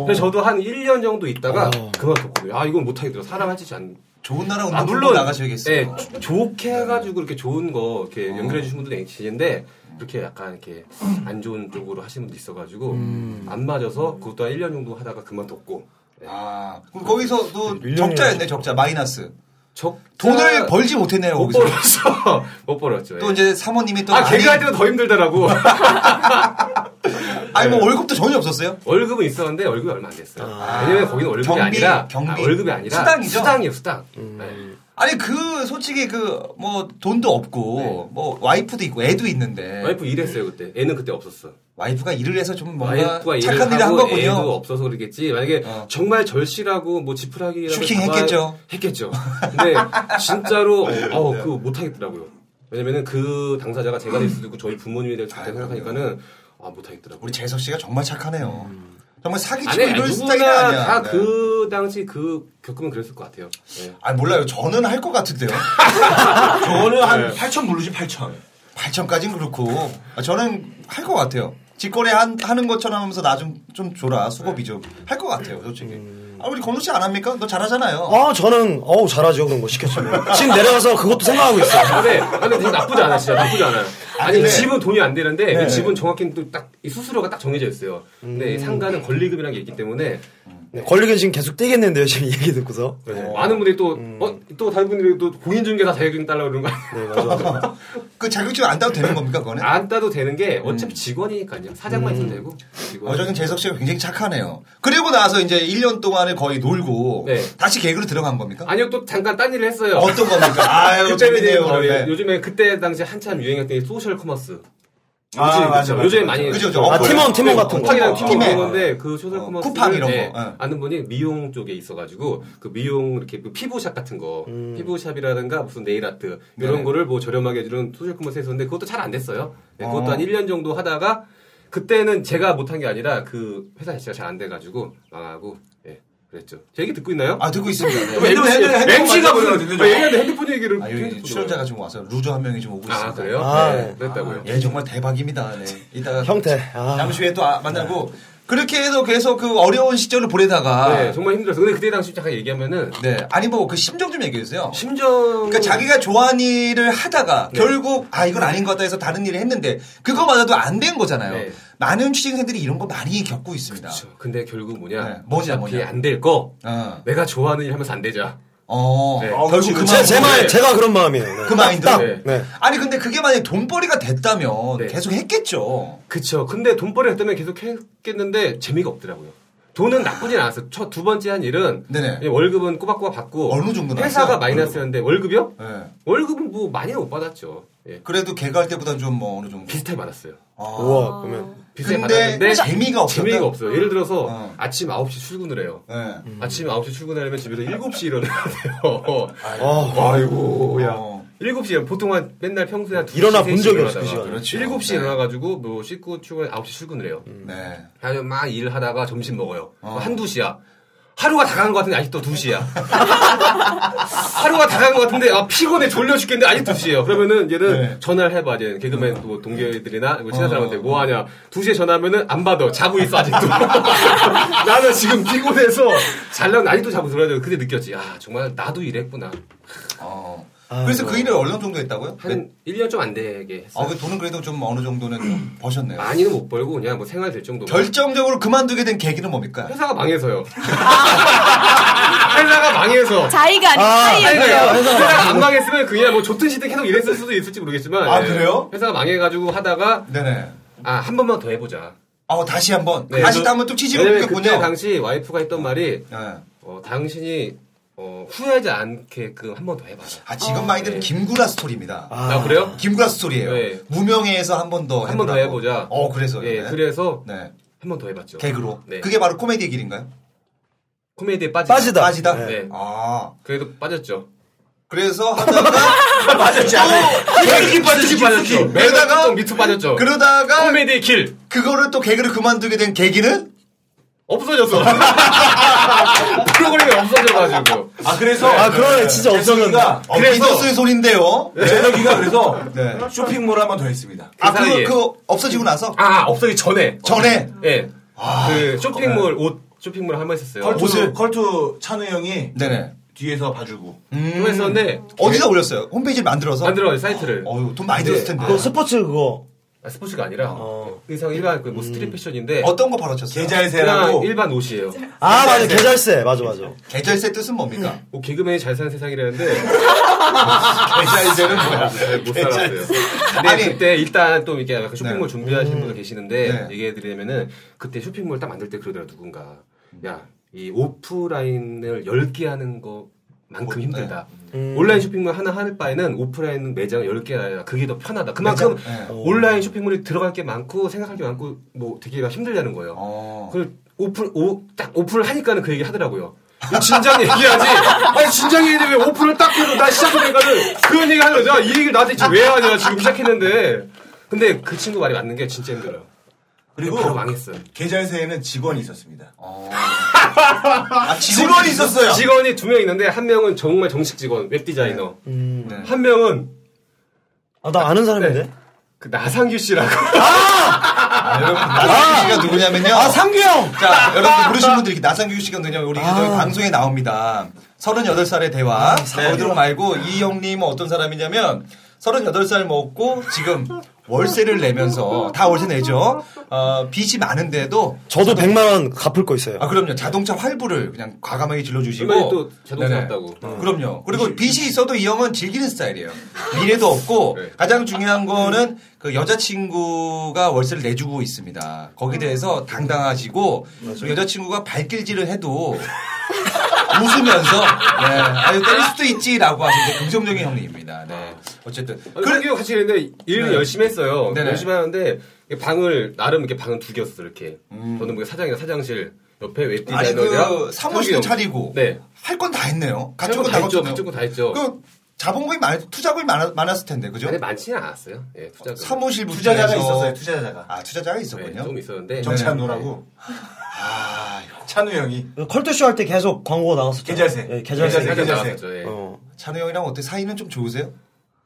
S10: 그래서 저도 한 1년 정도 있다가
S8: 어.
S10: 그만뒀거든요. 아 이건 못하겠더라. 사람 할 짓이 안.
S8: 좋은 나라
S10: 아,
S8: 운동
S10: 물론
S8: 나가셔야겠어요.
S10: 예, 조- 좋게 해가지고 이렇게 좋은 거 이렇게 연결해 주신 분도 계시는데 이렇게 약간 이렇게 안 좋은 쪽으로 하시는 분도 있어가지고 안 맞아서 그것도 한
S8: 네.
S10: 1년 정도 하다가 그만뒀고.
S8: 아,
S10: 네,
S8: 그럼 거기서 또 적자였네 적자 마이너스.
S10: 적
S8: 돈을 벌지 못했네요.
S10: 못 벌었어. 못 벌었죠. 예.
S8: 또 이제 사모님이 또
S10: 아
S8: 많이-
S10: 개그할 때도 더 힘들더라고.
S8: 아니 뭐 월급도 전혀 없었어요?
S10: 월급은 있었는데 월급이 얼마 안 됐어요. 왜냐면 거기는 월급이
S8: 아. 경비,
S10: 아니라
S8: 경비.
S10: 아, 월급이 아니라
S8: 수당이죠?
S10: 수당이에요, 수당.
S8: 아니 그 솔직히 그 뭐 돈도 없고 뭐 와이프도 있고 애도 있는데
S10: 예. 와이프 일했어요 그때. 애는 그때 없었어.
S8: 와이프가 일을 해서 좀 뭔가
S10: 와이프가 일을
S8: 착한
S10: 하고
S8: 일을 한 거군요.
S10: 애도 없어서 그러겠지. 만약에 정말 절실하고 뭐 지푸라기라도
S8: 슈킹
S10: 잡아-
S8: 했겠죠. 네.
S10: 했겠죠. 근데 진짜로 어, 그 못하겠더라고요. 왜냐면은 그 당사자가 제가 될 수도 있고 저희 부모님에 대해 좋게 생각하니까는 아 못하겠더라고요.
S8: 네. 우리 재석 씨가 정말 착하네요. 정말 사기치고
S10: 음. 아니, 아니,
S8: 이럴 스타일이
S10: 누구나
S8: 아니야.
S10: 다
S8: 네.
S10: 그 당시 그 겪으면 그랬을 것 같아요. 네.
S8: 아 몰라요. 저는 할 것 같은데요.
S10: 저는 한
S8: 8천 누르지 8천. 8천까진 네. 그렇고 아, 저는 할 것 같아요. 직거래 한, 하는 것처럼 하면서 나 좀 좀 줘라 수고비 좀 할 것 같아요 솔직히. 아 우리 건우 씨 안 합니까? 너 잘하잖아요.
S9: 아, 저는, 어우, 잘하죠. 그런 거 시켰으면. 지금 내려가서 그것도 생각하고 있어.
S10: 아, 네. 근데 그거 나쁘지 않아, 진짜 나쁘지 않아요. 아니,
S9: 근데-
S10: 집은 돈이 안 되는데,
S9: 네.
S10: 이 집은 정확히 또 딱, 이 수수료가 딱 정해져 있어요. 근데
S8: 음.
S10: 이 상가는 권리금이라는 게 있기 때문에,
S9: 네, 권리금 지금 계속 떼겠는데요, 지금 얘기 듣고서. 네,
S10: 네. 많은 분들이 또, 어, 또 다른 분들이 또 공인중개사 자격증 달라고 그러는 거 아니에요?
S8: 그 자격증 안 따도 되는 겁니까, 그거는?
S10: 안 따도 되는 게, 어차피 직원이니까요. 사장만 있으면 되고, 직원.
S8: 어저는 재석 씨가 굉장히 착하네요. 그리고 나서 이제 1년 동안에 거의 놀고 다시 개그로 들어간 겁니까?
S10: 아니요, 또 잠깐 딴 일을 했어요.
S8: 어떤 겁니까? 아유,
S10: 그때는 이제
S8: 재밌네요,
S10: 뭐,
S8: 네.
S10: 요즘에 그때 당시 한참 유행했던 게 소셜 커머스.
S8: 아,
S10: 요즘,
S8: 맞아, 맞아.
S10: 요즘에 많이.
S8: 그죠, 그죠. 아, 팀원, 팀원 같은 거.
S10: 네,
S8: 어,
S10: 쿠팡이랑 팀원
S8: 팀에.
S10: 그런 건데, 그 소셜 커머스. 네,
S8: 쿠팡 이런 거, 어.
S10: 아는 분이 미용 쪽에 있어가지고, 그 미용, 이렇게 그 피부샵 같은 거,
S8: 음.
S10: 피부샵이라든가 무슨 네일 아트, 이런
S11: 네네.
S10: 거를 뭐 저렴하게 해주는 소셜 커머스 했었는데, 그것도 잘 안 됐어요. 네,
S11: 어.
S10: 그것도 한 1년 정도 하다가, 그때는 제가 못한 게 아니라, 그 회사 자체가 잘 안 돼가지고, 망하고, 예, 그랬죠. 제 얘기 듣고 있나요?
S8: 아, 듣고 있습니다.
S10: 네. MC가 뭐라고 듣는 줄 알아요? 핸드폰 얘기를.
S8: 아, 여기 출연자가 지금 와서 루저 한 명이 지금 오고
S10: 아,
S8: 있습니다.
S10: 그래요? 네, 그랬다고요.
S8: 예, 정말 대박입니다. 네. 이따가.
S9: 형태.
S8: 잠시 후에 또 아- 만나고. 그렇게 해서 계속 그 어려운 시절을 보내다가.
S10: 네, 정말 힘들었어. 근데 그때 당시 잠깐 얘기하면은.
S8: 네. 아니, 뭐, 그 심정 좀 얘기해주세요.
S10: 심정. 네.
S8: 그러니까 자기가 좋아하는 일을 하다가 결국, 아, 이건 아닌 것 같다 해서 다른 일을 했는데, 그거마저도 안 된 거잖아요.
S10: 네.
S8: 많은 취직생들이 이런 거 많이 겪고 있습니다.
S10: 근데 결국 뭐냐?
S8: 네, 뭐냐,
S10: 어차피
S8: 뭐냐. 어.
S10: 안될 거. 내가 좋아하는 일 하면서 안 되자. 네. 결국 그 마음- 네.
S8: 그 마인드.
S10: 딱.
S8: 아니 근데 그게 만약에 돈벌이가 됐다면
S10: 네.
S8: 계속 했겠죠.
S10: 그쵸. 근데 돈벌이 했다면 계속 했겠는데 재미가 없더라고요. 돈은 나쁘진 않았어요. 첫 두 번째 한 일은
S8: 네네.
S10: 월급은 꼬박꼬박 받고
S8: 어느 정도 나왔어요?
S10: 회사가 마이너스였는데 월급이요?
S8: 네.
S10: 월급은 뭐 많이 못 받았죠. 예.
S8: 그래도 개그할 때보단 좀 뭐 어느 정도 아,
S10: 비슷하게 받았어요.
S9: 우와, 그러면.
S10: 비슷하게
S8: 근데
S10: 받았는데
S8: 재미가 없었다?
S10: 재미가 없어요. 예를 들어서 아침 9시 출근을 해요.
S8: 네. 음.
S10: 아침 9시 출근하려면 집에서 7시 일어나야 돼요.
S9: 아이고.
S10: 아이고, 야.
S8: 어,
S10: 7시에 보통 한 맨날 평소에 한 2시,
S9: 일어나 본
S10: 3시
S9: 적이
S10: 일어나다가
S9: 없어, 그 시간. 그렇죠.
S10: 7시에
S9: 네.
S10: 일어나가지고 뭐 씻고 출근 9시 출근을 해요.
S9: 음.
S8: 네.
S10: 그래서 막 일하다가 점심 먹어요. 한두 시야. 하루가 다 간 것 같은데 아직도 2시야. 하루가 다 간 것 같은데 아, 피곤해 졸려 죽겠는데 아직도 2시예요. 그러면은 얘는
S9: 네.
S10: 전화를 해봐. 얘는 개그맨
S9: 음.
S10: 또 동료들이나 뭐
S9: 어.
S10: 친한 사람한테 뭐 하냐. 2시에 전화하면은 안 받아. 자고 있어 아직도. 나는 지금 피곤해서 잘려면 아직도 자고 들어야 돼. 그때 느꼈지. 아 정말 나도 일했구나.
S8: 그래서 그 일을 어느 정도 했다고요?
S9: 네.
S10: 한 1년 좀 안 되게 했어요.
S8: 아, 그 돈은 그래도 좀 어느 정도는 좀 버셨네요.
S10: 많이는 못 벌고 그냥 뭐 생활 될 정도.
S8: 결정적으로 그만두게 된 계기는 뭡니까?
S10: 회사가 망해서요. 회사가 망해서.
S12: 자의가 아닌 아, 사이였어요.
S10: 회사가,
S12: 회사가
S10: 회사가 안
S12: 망해서.
S10: 망했으면 그냥 뭐 좋든 싫든 계속 일했을 수도 있을지 모르겠지만.
S8: 아,
S10: 예.
S8: 그래요?
S10: 회사가 망해가지고 하다가.
S8: 네네.
S10: 아, 한 번만 더 해보자.
S8: 아, 다시 한 번. 다시 또 한번 또 취직을
S10: 네, 그 왜냐면
S8: 했군요. 네.
S10: 그때 당시 와이프가 했던 말이. 어, 당신이 어, 후회하지 않게끔 그 한 번 더 해봐라.
S8: 아, 지금 마인드는 김구라 스토리입니다.
S10: 아, 그래요?
S8: 김구라 스토리예요.
S10: 네.
S8: 무명예에서 한 번 더
S10: 한 번 더
S8: 해보라고.
S10: 해보자.
S8: 어, 그래서.
S10: 예,
S8: 네.
S10: 그래서
S8: 네.
S10: 한 번 더 해봤죠.
S8: 개그로.
S10: 네.
S8: 그게 바로 코미디의 길인가요?
S10: 코미디에 빠지다.
S8: 빠지다. 빠지다?
S10: 네.
S8: 아.
S10: 그래도 빠졌죠.
S8: 그래서 하다가
S10: 빠졌지 않아요. 깊이 빠졌지, 빠졌죠.
S8: 그러다가
S10: 밑으로 빠졌죠.
S8: 그러다가
S10: 코미디의 길.
S8: 그거를 또 개그를 그만두게 된 계기는
S10: 없어졌어. 프로그램이 없어져가지고.
S11: 아 그래서
S8: 아, 그러네. 진짜
S11: 없었는데.
S8: 어, 비더스의 손인데요.
S11: 네. 제덕이가 그래서
S8: 네.
S11: 쇼핑몰 한 번 더 했습니다.
S8: 아, 그거, 그거 없어지고 나서?
S10: 아, 없어지기 전에.
S8: 전에?
S10: 예. 그 쇼핑몰 옷 쇼핑몰 한 번 했었어요.
S11: 컬투,
S10: 아, 옷을
S11: 컬투 찬우 형이
S8: 네네.
S11: 뒤에서 봐주고.
S10: 또 했었는데
S8: 어디다 올렸어요? 홈페이지를 만들어서?
S10: 음. 만들어요 사이트를.
S8: 어휴, 돈 많이 들었을 텐데.
S9: 스포츠 그거.
S10: 아, 스포츠가 아니라 의상 일반 그뭐 스트릿 패션인데
S8: 어떤 거 바로쳤어요?
S10: 그냥 일반 옷이에요.
S9: 아,
S13: 네,
S9: 맞아. 계절세. 맞아, 맞아.
S8: 계절세 뜻은 뭡니까?
S10: 뭐 개그맨이 잘 사는 세상이라는데
S8: 계절세는 뭐야?
S10: 네, 못 살았어요. 근데 그때 일단 또 이렇게
S8: 네.
S10: 약간 쇼핑몰
S8: 음.
S10: 준비하시는 분들 계시는데 얘기해드리면은 그때 쇼핑몰 딱 만들 때 그러더라 누군가 야 이 오프라인을 10개 하는 거
S8: 어,
S10: 만큼 힘들다.
S8: 네. 음.
S10: 온라인 쇼핑몰 하나 할 바에는 오프라인 매장 10개 해야 그게 더 편하다. 그만큼
S8: 매장, 네.
S10: 어. 온라인 쇼핑몰이 들어갈 게 많고 생각할 게 많고 뭐 되게 힘들다는 거예요. 그걸 오픈 오, 딱 오픈을 하니까는 그 얘기 하더라고요. 이거 진작 얘기하지. 아니 진작 얘기해 왜 오픈을 딱 해도 나 시작하니까는 그런 얘기 하는 거야. 이 얘기를 나한테 지금 왜 하냐 지금 시작했는데. 근데 그 친구 말이 맞는 게 진짜 힘들어요.
S13: 그리고
S10: 바로 망했어요.
S13: 계좌에서에는 직원이 있었습니다.
S8: 어. 아,
S10: 직원이, 있었어요. 직원이 두 명 있는데 한 명은 정말 정식 직원 웹 디자이너. 한 명은
S9: 아나 아는
S13: 네.
S9: 사람인데.
S10: 그 나상규 씨라고. 아!
S8: 나상규 씨가 아, 그 누구냐면요.
S9: 아, 상규 형! 아.
S8: 자, 여러분 모르시는 분들이 나상규 씨가 누구냐면 우리 저희 방송에 나옵니다. 38살의 대화. 네, 거기로 말고 이 형님은 뭐 어떤 사람이냐면 38살 먹고 지금 월세를 내면서 다 월세 내죠. 어, 빚이 많은데도
S9: 저도 100만 원 갚을 거 있어요.
S8: 아 그럼요. 자동차 활부를 그냥 과감하게
S10: 얼마에
S8: 질러주시고
S10: 또 자동차
S8: 네네.
S10: 났다고.
S8: 어. 그럼요. 그리고 빚이 있어도 이 형은 즐기는 스타일이에요. 미래도 없고
S10: 네.
S8: 가장 중요한 거는 그 여자친구가 월세를 내주고 있습니다. 거기에
S10: 음.
S8: 대해서 당당하시고 그 여자친구가 발길질을 해도 웃으면서 네, 아유 때릴 수도 있지라고 하는데 긍정적인 형님입니다.
S10: 아.
S8: 네. 어쨌든
S10: 그런 게 같이 했는데 일을
S8: 네.
S10: 열심히 했어요.
S8: 네네.
S10: 열심히 하는데 이게 방을 나름 이렇게 방은 두 개였어요. 이렇게 저는 뭐 사장이나 사장실 옆에 웹
S8: 음. 아니 그
S10: 디자이너랑
S8: 사무실도 차리고
S10: 네.
S8: 할 건 다 했네요. 뭐. 갖춘 건다
S10: 갖춘 거다 했죠.
S8: 갖췄네요.
S10: 갖춘 거다 했죠.
S8: 그 자본금이 많 투자금이 많 많았을 텐데 그죠?
S10: 아니 많지는 않았어요. 예, 투자
S8: 사무실
S13: 투자자가
S8: 부지에서-
S13: 있었어요. 투자자가.
S8: 아 투자자가 있었군요.
S10: 네, 좀 네. 있었는데
S13: 정찬호라고. 찬우 형이.
S9: 그 컬투쇼 할 때 계속 광고가 나왔었죠.
S13: 계좌세.
S9: 예, 계좌세.
S13: 계좌세,
S8: 네,
S13: 계좌세.
S10: 나왔죠, 예.
S9: 어.
S8: 찬우 형이랑 어때 사이는 좀 좋으세요?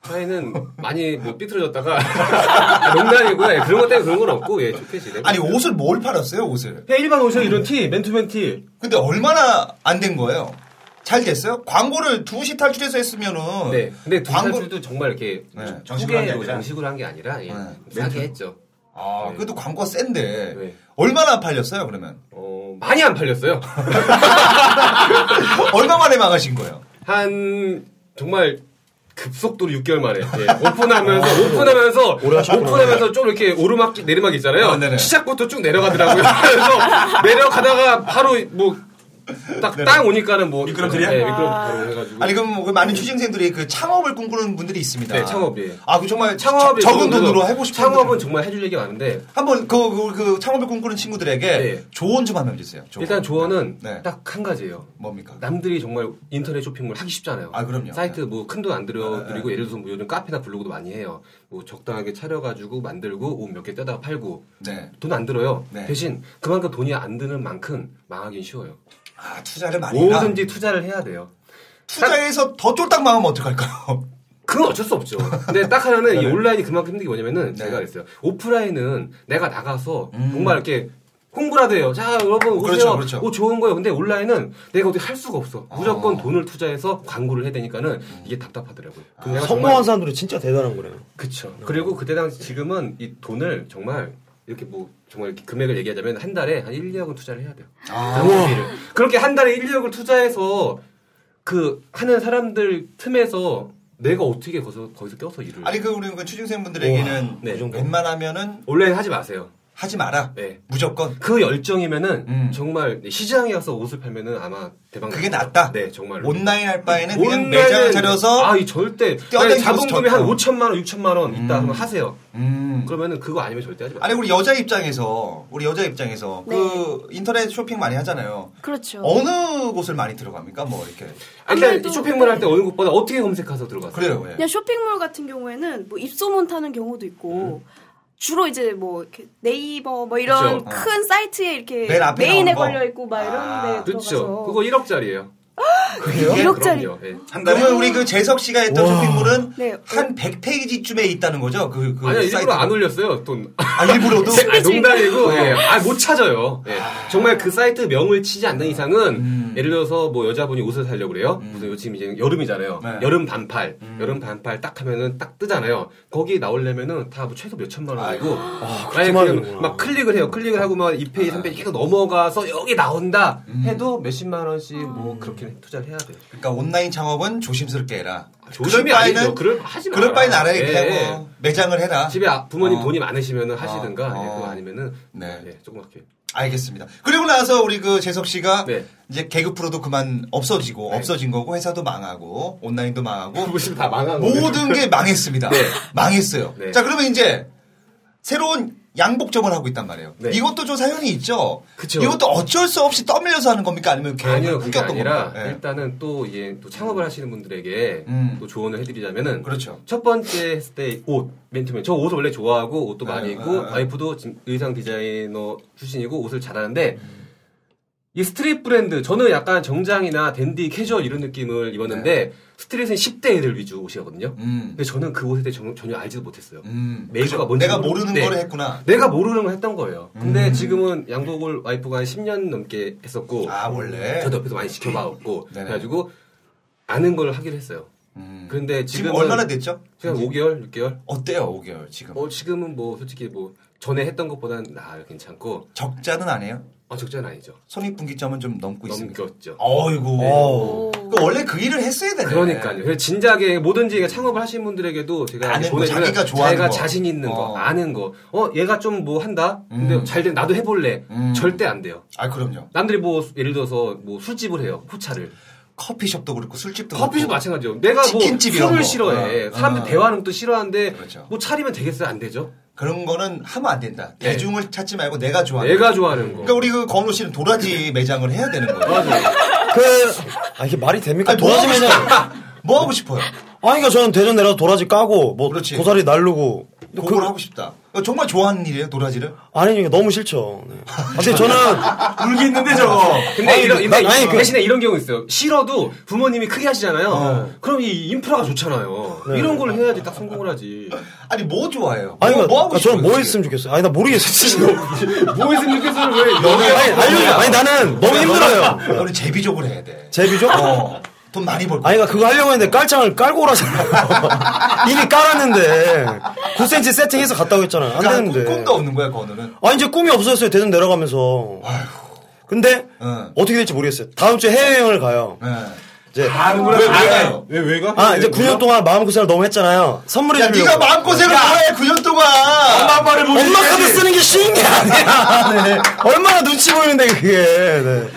S10: 사이는 많이 뭐 삐뚤어졌다가 농담이고요. 예, 그런 것 때문에 그런 건 없고 예, 좋게 지내고.
S8: 아니 옷을 뭘 팔았어요 옷을?
S10: 그냥 일반 옷이 이런 티, 맨투맨 티.
S8: 근데 얼마나 안 된 거예요? 잘 됐어요? 광고를 2시 탈출해서 했으면은
S10: 네. 근데 두
S8: 광고-
S10: 사람들도 정말 이렇게
S8: 네, 정식으로 한게 네,
S10: 정식으로
S8: 아니라.
S10: 정식으로 한 게 아니라 예, 싸게
S8: 멘트로.
S10: 했죠.
S8: 아
S10: 네.
S8: 그래도 광고 가 센데
S10: 네.
S8: 얼마나 안 팔렸어요 그러면?
S10: 어, 많이 안 팔렸어요.
S8: 얼마 만에 망하신 거예요?
S10: 한 정말 급속도로 6개월 만에 예,
S8: 아,
S10: 오픈하면서 오픈하면서 오픈하면서 좀 이렇게 오르막 내리막 있잖아요. 시작부터 쭉 내려가더라고요. 그래서 내려가다가 바로 뭐 딱 땅 오니까는 뭐 미끄럼틀이야? 네, 미끄럼틀 해가지고
S8: 아니 그럼 뭐그 많은 취직생들이 그 창업을 꿈꾸는 분들이 있습니다.
S10: 네, 창업이에요.
S8: 아그 정말
S10: 창업이
S8: 저- 적은
S10: 그래서
S8: 돈으로 해보고 싶은
S10: 창업은
S8: 분들.
S10: 정말 해줄 얘기 많은데
S8: 한번 그, 그, 그 창업을 꿈꾸는 친구들에게
S10: 네.
S8: 조언 좀 한번 주세요. 조언.
S10: 일단 조언은
S8: 네.
S10: 딱 한 가지예요.
S8: 뭡니까?
S10: 남들이 정말 인터넷 쇼핑몰 하기 쉽잖아요.
S8: 그러니까. 아, 그럼요.
S10: 사이트 뭐 큰 돈 안 들여드리고
S8: 네.
S10: 예를 들어서 뭐 요즘 카페나 블로그도 많이 해요. 뭐 적당하게 차려가지고 만들고 옷 몇 개 떼다가 팔고
S8: 네.
S10: 돈 안 들어요.
S8: 네.
S10: 대신 그만큼 돈이 안 드는 만큼 망하긴 쉬워요.
S8: 아 투자를 많이 해라.
S10: 뭐든지 투자를 해야 돼요.
S8: 투자에서 더 쫄딱 망하면 어떡할까요?
S10: 그건 어쩔 수 없죠. 근데 딱 하나는
S8: 네.
S10: 이 온라인이 그만큼 힘든 게 뭐냐면은 제가 그랬어요. 오프라인은 내가 나가서 정말 이렇게 홍보라도 해요. 자, 여러분 오세요.
S8: 음. 그렇죠, 그렇죠.
S10: 오, 좋은 거예요. 근데 온라인은 내가 어떻게 할 수가 없어. 무조건
S8: 아.
S10: 돈을 투자해서 광고를 해야 되니까는 이게 답답하더라고요.
S8: 아.
S10: 그럼 내가
S9: 성공한
S10: 정말-
S9: 사람들이 진짜 대단한 거네요.
S10: 그쵸. 그리고 그때 당시 지금은 이 돈을 정말 이렇게 뭐 정말 이렇게 금액을 얘기하자면 한 달에 한 1, 2억은 투자를 해야 돼요.
S8: 아.
S10: 그러니까 장비를. 그렇게 한 달에 1, 2억을 투자해서 그 하는 사람들 틈에서 내가 어떻게 거기서, 거기서 껴서 일을.
S8: 아니 그 우리 그 취직생분들에게는
S10: 네.
S8: 웬만하면은
S10: 온라인 하지 마세요.
S8: 하지 마라.
S10: 네.
S8: 무조건.
S10: 그 열정이면은 정말 네, 시장에 가서 옷을 팔면은 아마 대박
S8: 음. 그게
S10: 나요.
S8: 낫다.
S10: 네, 정말로.
S8: 온라인 할 바에는 그냥
S10: 온라인은-
S8: 매장을 차려서
S10: 아, 이 절대
S8: 뛰어다니면서
S10: 자본금이
S8: 쳤다.
S10: 한 5천만 원, 6천만 원 있다 하면 하세요.
S8: 음.
S10: 그러면은 그거 아니면 절대 하지 마세요.
S8: 아니 우리 여자 입장에서 우리 여자 입장에서
S12: 네.
S8: 그 인터넷 쇼핑 많이 하잖아요.
S12: 그렇죠.
S8: 어느 곳을 많이 들어갑니까? 뭐 이렇게
S10: 아니, 일단 쇼핑몰 할 때 어느 곳보다 어떻게 검색해서 들어갔어요? 네.
S8: 그래요. 예.
S12: 그냥 쇼핑몰 같은 경우에는 뭐 입소문 타는 경우도 있고 주로 이제 뭐 이렇게 네이버 뭐 이런
S10: 그쵸. 어.
S12: 큰 사이트에 이렇게
S10: 맨 앞에
S12: 메인에
S10: 나오는 거.
S12: 걸려 있고 막 이런 데
S10: 그렇죠.
S12: 들어가서
S10: 그거 1억짜리예요.
S8: 그래요?
S12: 네, 일억짜리.
S10: 그럼요. 예.
S8: 그러면 우리 그 재석 씨가 했던 쇼핑몰은
S12: 네.
S8: 한 100페이지쯤에 있다는 거죠? 그, 그
S10: 아니요, 일부러
S8: 사이트가?
S10: 안 올렸어요, 돈.
S8: 아, 일부러도?
S12: 아.
S8: 음.
S10: 아, 농담이고, 예. 아, 못 찾아요. 예. 정말 그 사이트 명을 치지 않는 이상은, 예를 들어서 뭐 여자분이 옷을 사려고 그래요. 무슨 지금 이제 여름이잖아요.
S8: 네.
S10: 여름 반팔,
S8: 음.
S10: 여름 반팔 딱 하면은 딱 뜨잖아요. 거기 나오려면은 다뭐 최소 몇 천만 원이고, 아니 그냥 막 클릭을 해요. 클릭을 하고 막 2페이지,
S8: 아.
S10: 3페이지 계속 넘어가서 여기 나온다
S8: 음.
S10: 해도 몇십만 원씩
S12: 음.
S10: 뭐 그렇게 투자를 해야 돼요.
S8: 그러니까 온라인 창업은 조심스럽게 해라.
S10: 조심이
S8: 그럴 바에는-
S10: 아니죠. 그럴 하지
S8: 그럴
S10: 마라.
S8: 바에는 나라에
S10: 예,
S8: 그냥
S10: 예.
S8: 뭐 매장을 해라.
S10: 집에 아- 부모님
S8: 어.
S10: 돈이 많으시면 하시든가
S8: 어. 네.
S10: 예, 그거 아니면은 예, 조그맣게
S8: 알겠습니다. 그리고 나서 우리 그 재석 씨가
S10: 네.
S8: 이제 개그 프로도 그만 없어지고 없어진 거고 회사도 망하고 온라인도 망하고
S10: 다 망한
S8: 모든 게 망했습니다. 망했어요.
S10: 네.
S8: 자 그러면 이제 새로운 양복점을 하고 있단 말이에요.
S10: 네.
S8: 이것도 좀 사연이 있죠. 이것도 어쩔 수 없이 떠밀려서 하는 겁니까 아니면 계획을
S10: 아니요, 그게
S8: 끊겼던
S10: 아니라
S8: 겁니까? 예.
S10: 일단은 또 이제 또 창업을 하시는 분들에게
S8: 음.
S10: 또 조언을 해드리자면은
S8: 그렇죠.
S10: 첫 번째 했을 때옷 맨투맨 저 옷을 원래 좋아하고 옷도
S8: 네, 어,
S10: 많이 입고 와이프도 지금 의상 디자이너 출신이고 옷을 잘하는데
S8: 음.
S10: 이 스트릿 브랜드 저는 약간 정장이나 댄디 캐주얼 이런 느낌을 입었는데
S8: 네.
S10: 스트릿은 10대 애들 위주 옷이거든요. 근데 저는 그 옷에 대해 전- 전혀 알지도 못했어요. 메이커가
S8: 음. 그죠. 그렇죠.
S10: 뭔지
S8: 내가
S10: 모르-
S8: 모르는
S10: 네.
S8: 거를 했구나.
S10: 내가 모르는 걸 했던 거예요. 근데
S8: 음.
S10: 지금은 양복을 와이프가 한 10년 넘게 했었고 아
S8: 원래
S10: 저도 옆에서 많이 지켜봐왔고 그래가지고 아는 걸 하기로 했어요. 그런데
S8: 음. 지금
S10: 지금
S8: 얼마나 됐죠?
S10: 지금 한 5개월, 6개월.
S8: 어때요, 5개월 지금?
S10: 어 지금은 뭐 솔직히 뭐 전에 했던 것보다는 나아 괜찮고
S8: 적자는 아니에요?
S10: 아 적자는 아니죠.
S8: 손익분기점은 좀 넘고 있습니다.
S10: 넘겼죠.
S8: 어이구.
S10: 네.
S8: 그 원래 그 일을 했어야 되네.
S10: 그러니까요. 그래서 진작에 뭐든지 창업을 하신 분들에게도 제가
S8: 아는 거,
S10: 보내주면
S8: 자기가 좋아하는
S10: 자기가
S8: 거.
S10: 자신 있는 거, 아는 거. 어, 얘가 좀 뭐 한다? 근데
S8: 음.
S10: 잘 돼. 나도 해볼래. 절대 안 돼요.
S8: 아, 그럼요.
S10: 남들이 뭐, 예를 들어서 뭐 술집을 해요. 호차를.
S8: 커피숍도 그렇고 술집도
S10: 커피숍
S8: 그렇고.
S10: 마찬가지죠. 내가 뭐
S8: 치킨집 이런 거.
S10: 술을 싫어해.
S8: 어,
S10: 사람들
S8: 어.
S10: 대화는 또 싫어하는데
S8: 그렇죠.
S10: 뭐 차리면 되겠어요? 안 되죠?
S8: 그런 거는 하면 안 된다.
S10: 네.
S8: 대중을 찾지 말고 내가 좋아하는
S10: 내가
S8: 거.
S10: 좋아하는 거.
S8: 그러니까 우리 그 건우 씨는
S9: 네.
S8: 도라지 매장을 해야 되는 거예요.
S9: 아, 이게 말이 됩니까?
S8: 뭐 하고
S9: 도라지면은.
S8: 뭐 하고 싶어요?
S9: 아니, 그러니까 저는 대전 내려서 도라지 까고, 뭐, 고사리 날르고.
S8: 그걸 하고 싶다. 그러니까 정말 좋아하는 일이에요, 도라지를?
S9: 아니, 이게 너무 싫죠. 네. 아, 근데 저는.
S8: 울겠는데, 저거.
S10: 근데
S9: 아니,
S10: 이런,
S9: 나-
S10: 근데
S9: 아니, 그-
S10: 대신에 이런 경우 있어요. 싫어도 부모님이 크게 하시잖아요.
S8: 어.
S10: 그럼 이 인프라가 좋잖아요.
S9: 네.
S10: 이런 걸 해야지 딱 성공을 하지.
S8: 아니 뭐 좋아해요?
S9: 아니, 뭐, 뭐 하고 저는 뭐 했으면 좋겠어요? 아니, 나 모르겠어요.
S10: 뭐 했으면 좋겠어요? 왜
S9: 아니, 알려줘. 아니, 나는
S8: 네,
S9: 너무
S8: 뭐
S9: 힘들어요.
S8: 너는 제비족으로 해야 돼. 어,
S9: 제비죠? 어.
S8: 돈 많이 벌
S9: 아니, 그러니까 그거 하려고 했는데 깔창을 깔고 오라잖아요. 이미 깔았는데. 9cm 세팅해서 갔다고 했잖아요. 안
S8: 그러니까
S9: 되는데.
S8: 꿈도 없는 거야, 건우는.
S9: 아 이제 꿈이 없어졌어요 대전 내려가면서. 근데 어떻게 될지 모르겠어요. 다음 주에 해외여행을 가요.
S8: 네.
S9: 이제
S11: 아는구나.
S9: 왜,
S11: 아,
S9: 왜?
S11: 왜, 왜 가?
S9: 아 이제
S11: 왜
S9: 9년 동안 마음고생을 너무 했잖아요. 선물해
S11: 야,
S9: 주려고.
S11: 네가 마음고생을
S9: 야,
S11: 왜 해,
S8: 9년 동안.
S11: 엄마 아빠를 보지.
S9: 엄마 카드 쓰는 게 쉬운 게 아니야. 네. 얼마나 눈치 보이는데 그게. 네.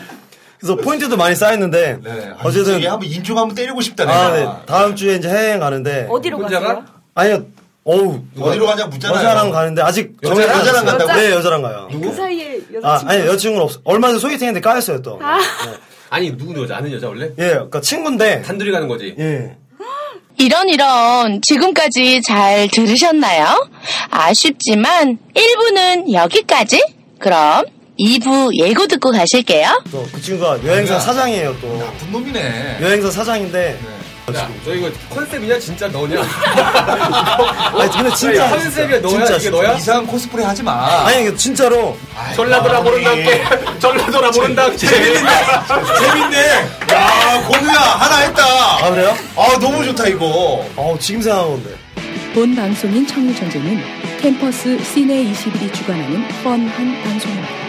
S9: 그래서 포인트도 많이 쌓였는데 어쨌든
S8: 얘 네. 예, 한번 인중 한번 때리고 싶다 내가.
S9: 아, 네. 다음 주에 이제 해외 가는데
S12: 어디로 가세요?
S9: 아니요. 어우 누가-
S8: 어디로 가냐 묻잖아요.
S9: 여자랑 가는데 아직
S8: 여자랑-
S9: 정해가 안
S8: 여자랑
S9: 됐어요.
S8: 간다고요?
S9: 네 여자랑 가요.
S12: 그 사이에
S9: 아,
S12: 여자친구.
S9: 아니 여자친구는 없어. 얼마 전에 소개팅했는데 까였어요 또.
S12: 아.
S10: 아니 누구 여자 아는 여자 원래?
S9: 예, 그러니까 친구인데
S10: 단둘이 가는 거지.
S9: 예.
S5: 이런 이런 지금까지 잘 들으셨나요? 아쉽지만 1부는 여기까지. 그럼 2부 예고 듣고 가실게요.
S9: 또 그 친구가 여행사
S10: 야.
S9: 사장이에요 또. 나쁜
S8: 놈이네.
S9: 여행사 사장인데.
S8: 네. 예,
S10: 야, 너 이거 컨셉이냐 진짜 너냐?
S9: 아니 근데 진짜
S10: 아니, 컨셉이 너야
S9: 진짜,
S10: 이게
S9: 진짜.
S10: 너야?
S8: 이상한 코스프레 하지 마.
S9: 아니 이게 진짜로.
S10: 전라도라 모른다 게 아, 예. 전라도라 모른다 재밌는데
S8: 재밌네. 야, 건우야 아, 하나 했다.
S9: 아 그래요?
S8: 아 너무 좋다 이거.
S9: 어 지금 생각하는데.
S14: 본 방송인 청일전쟁은 캠퍼스 시내 21이 주관하는 뻔한 방송입니다.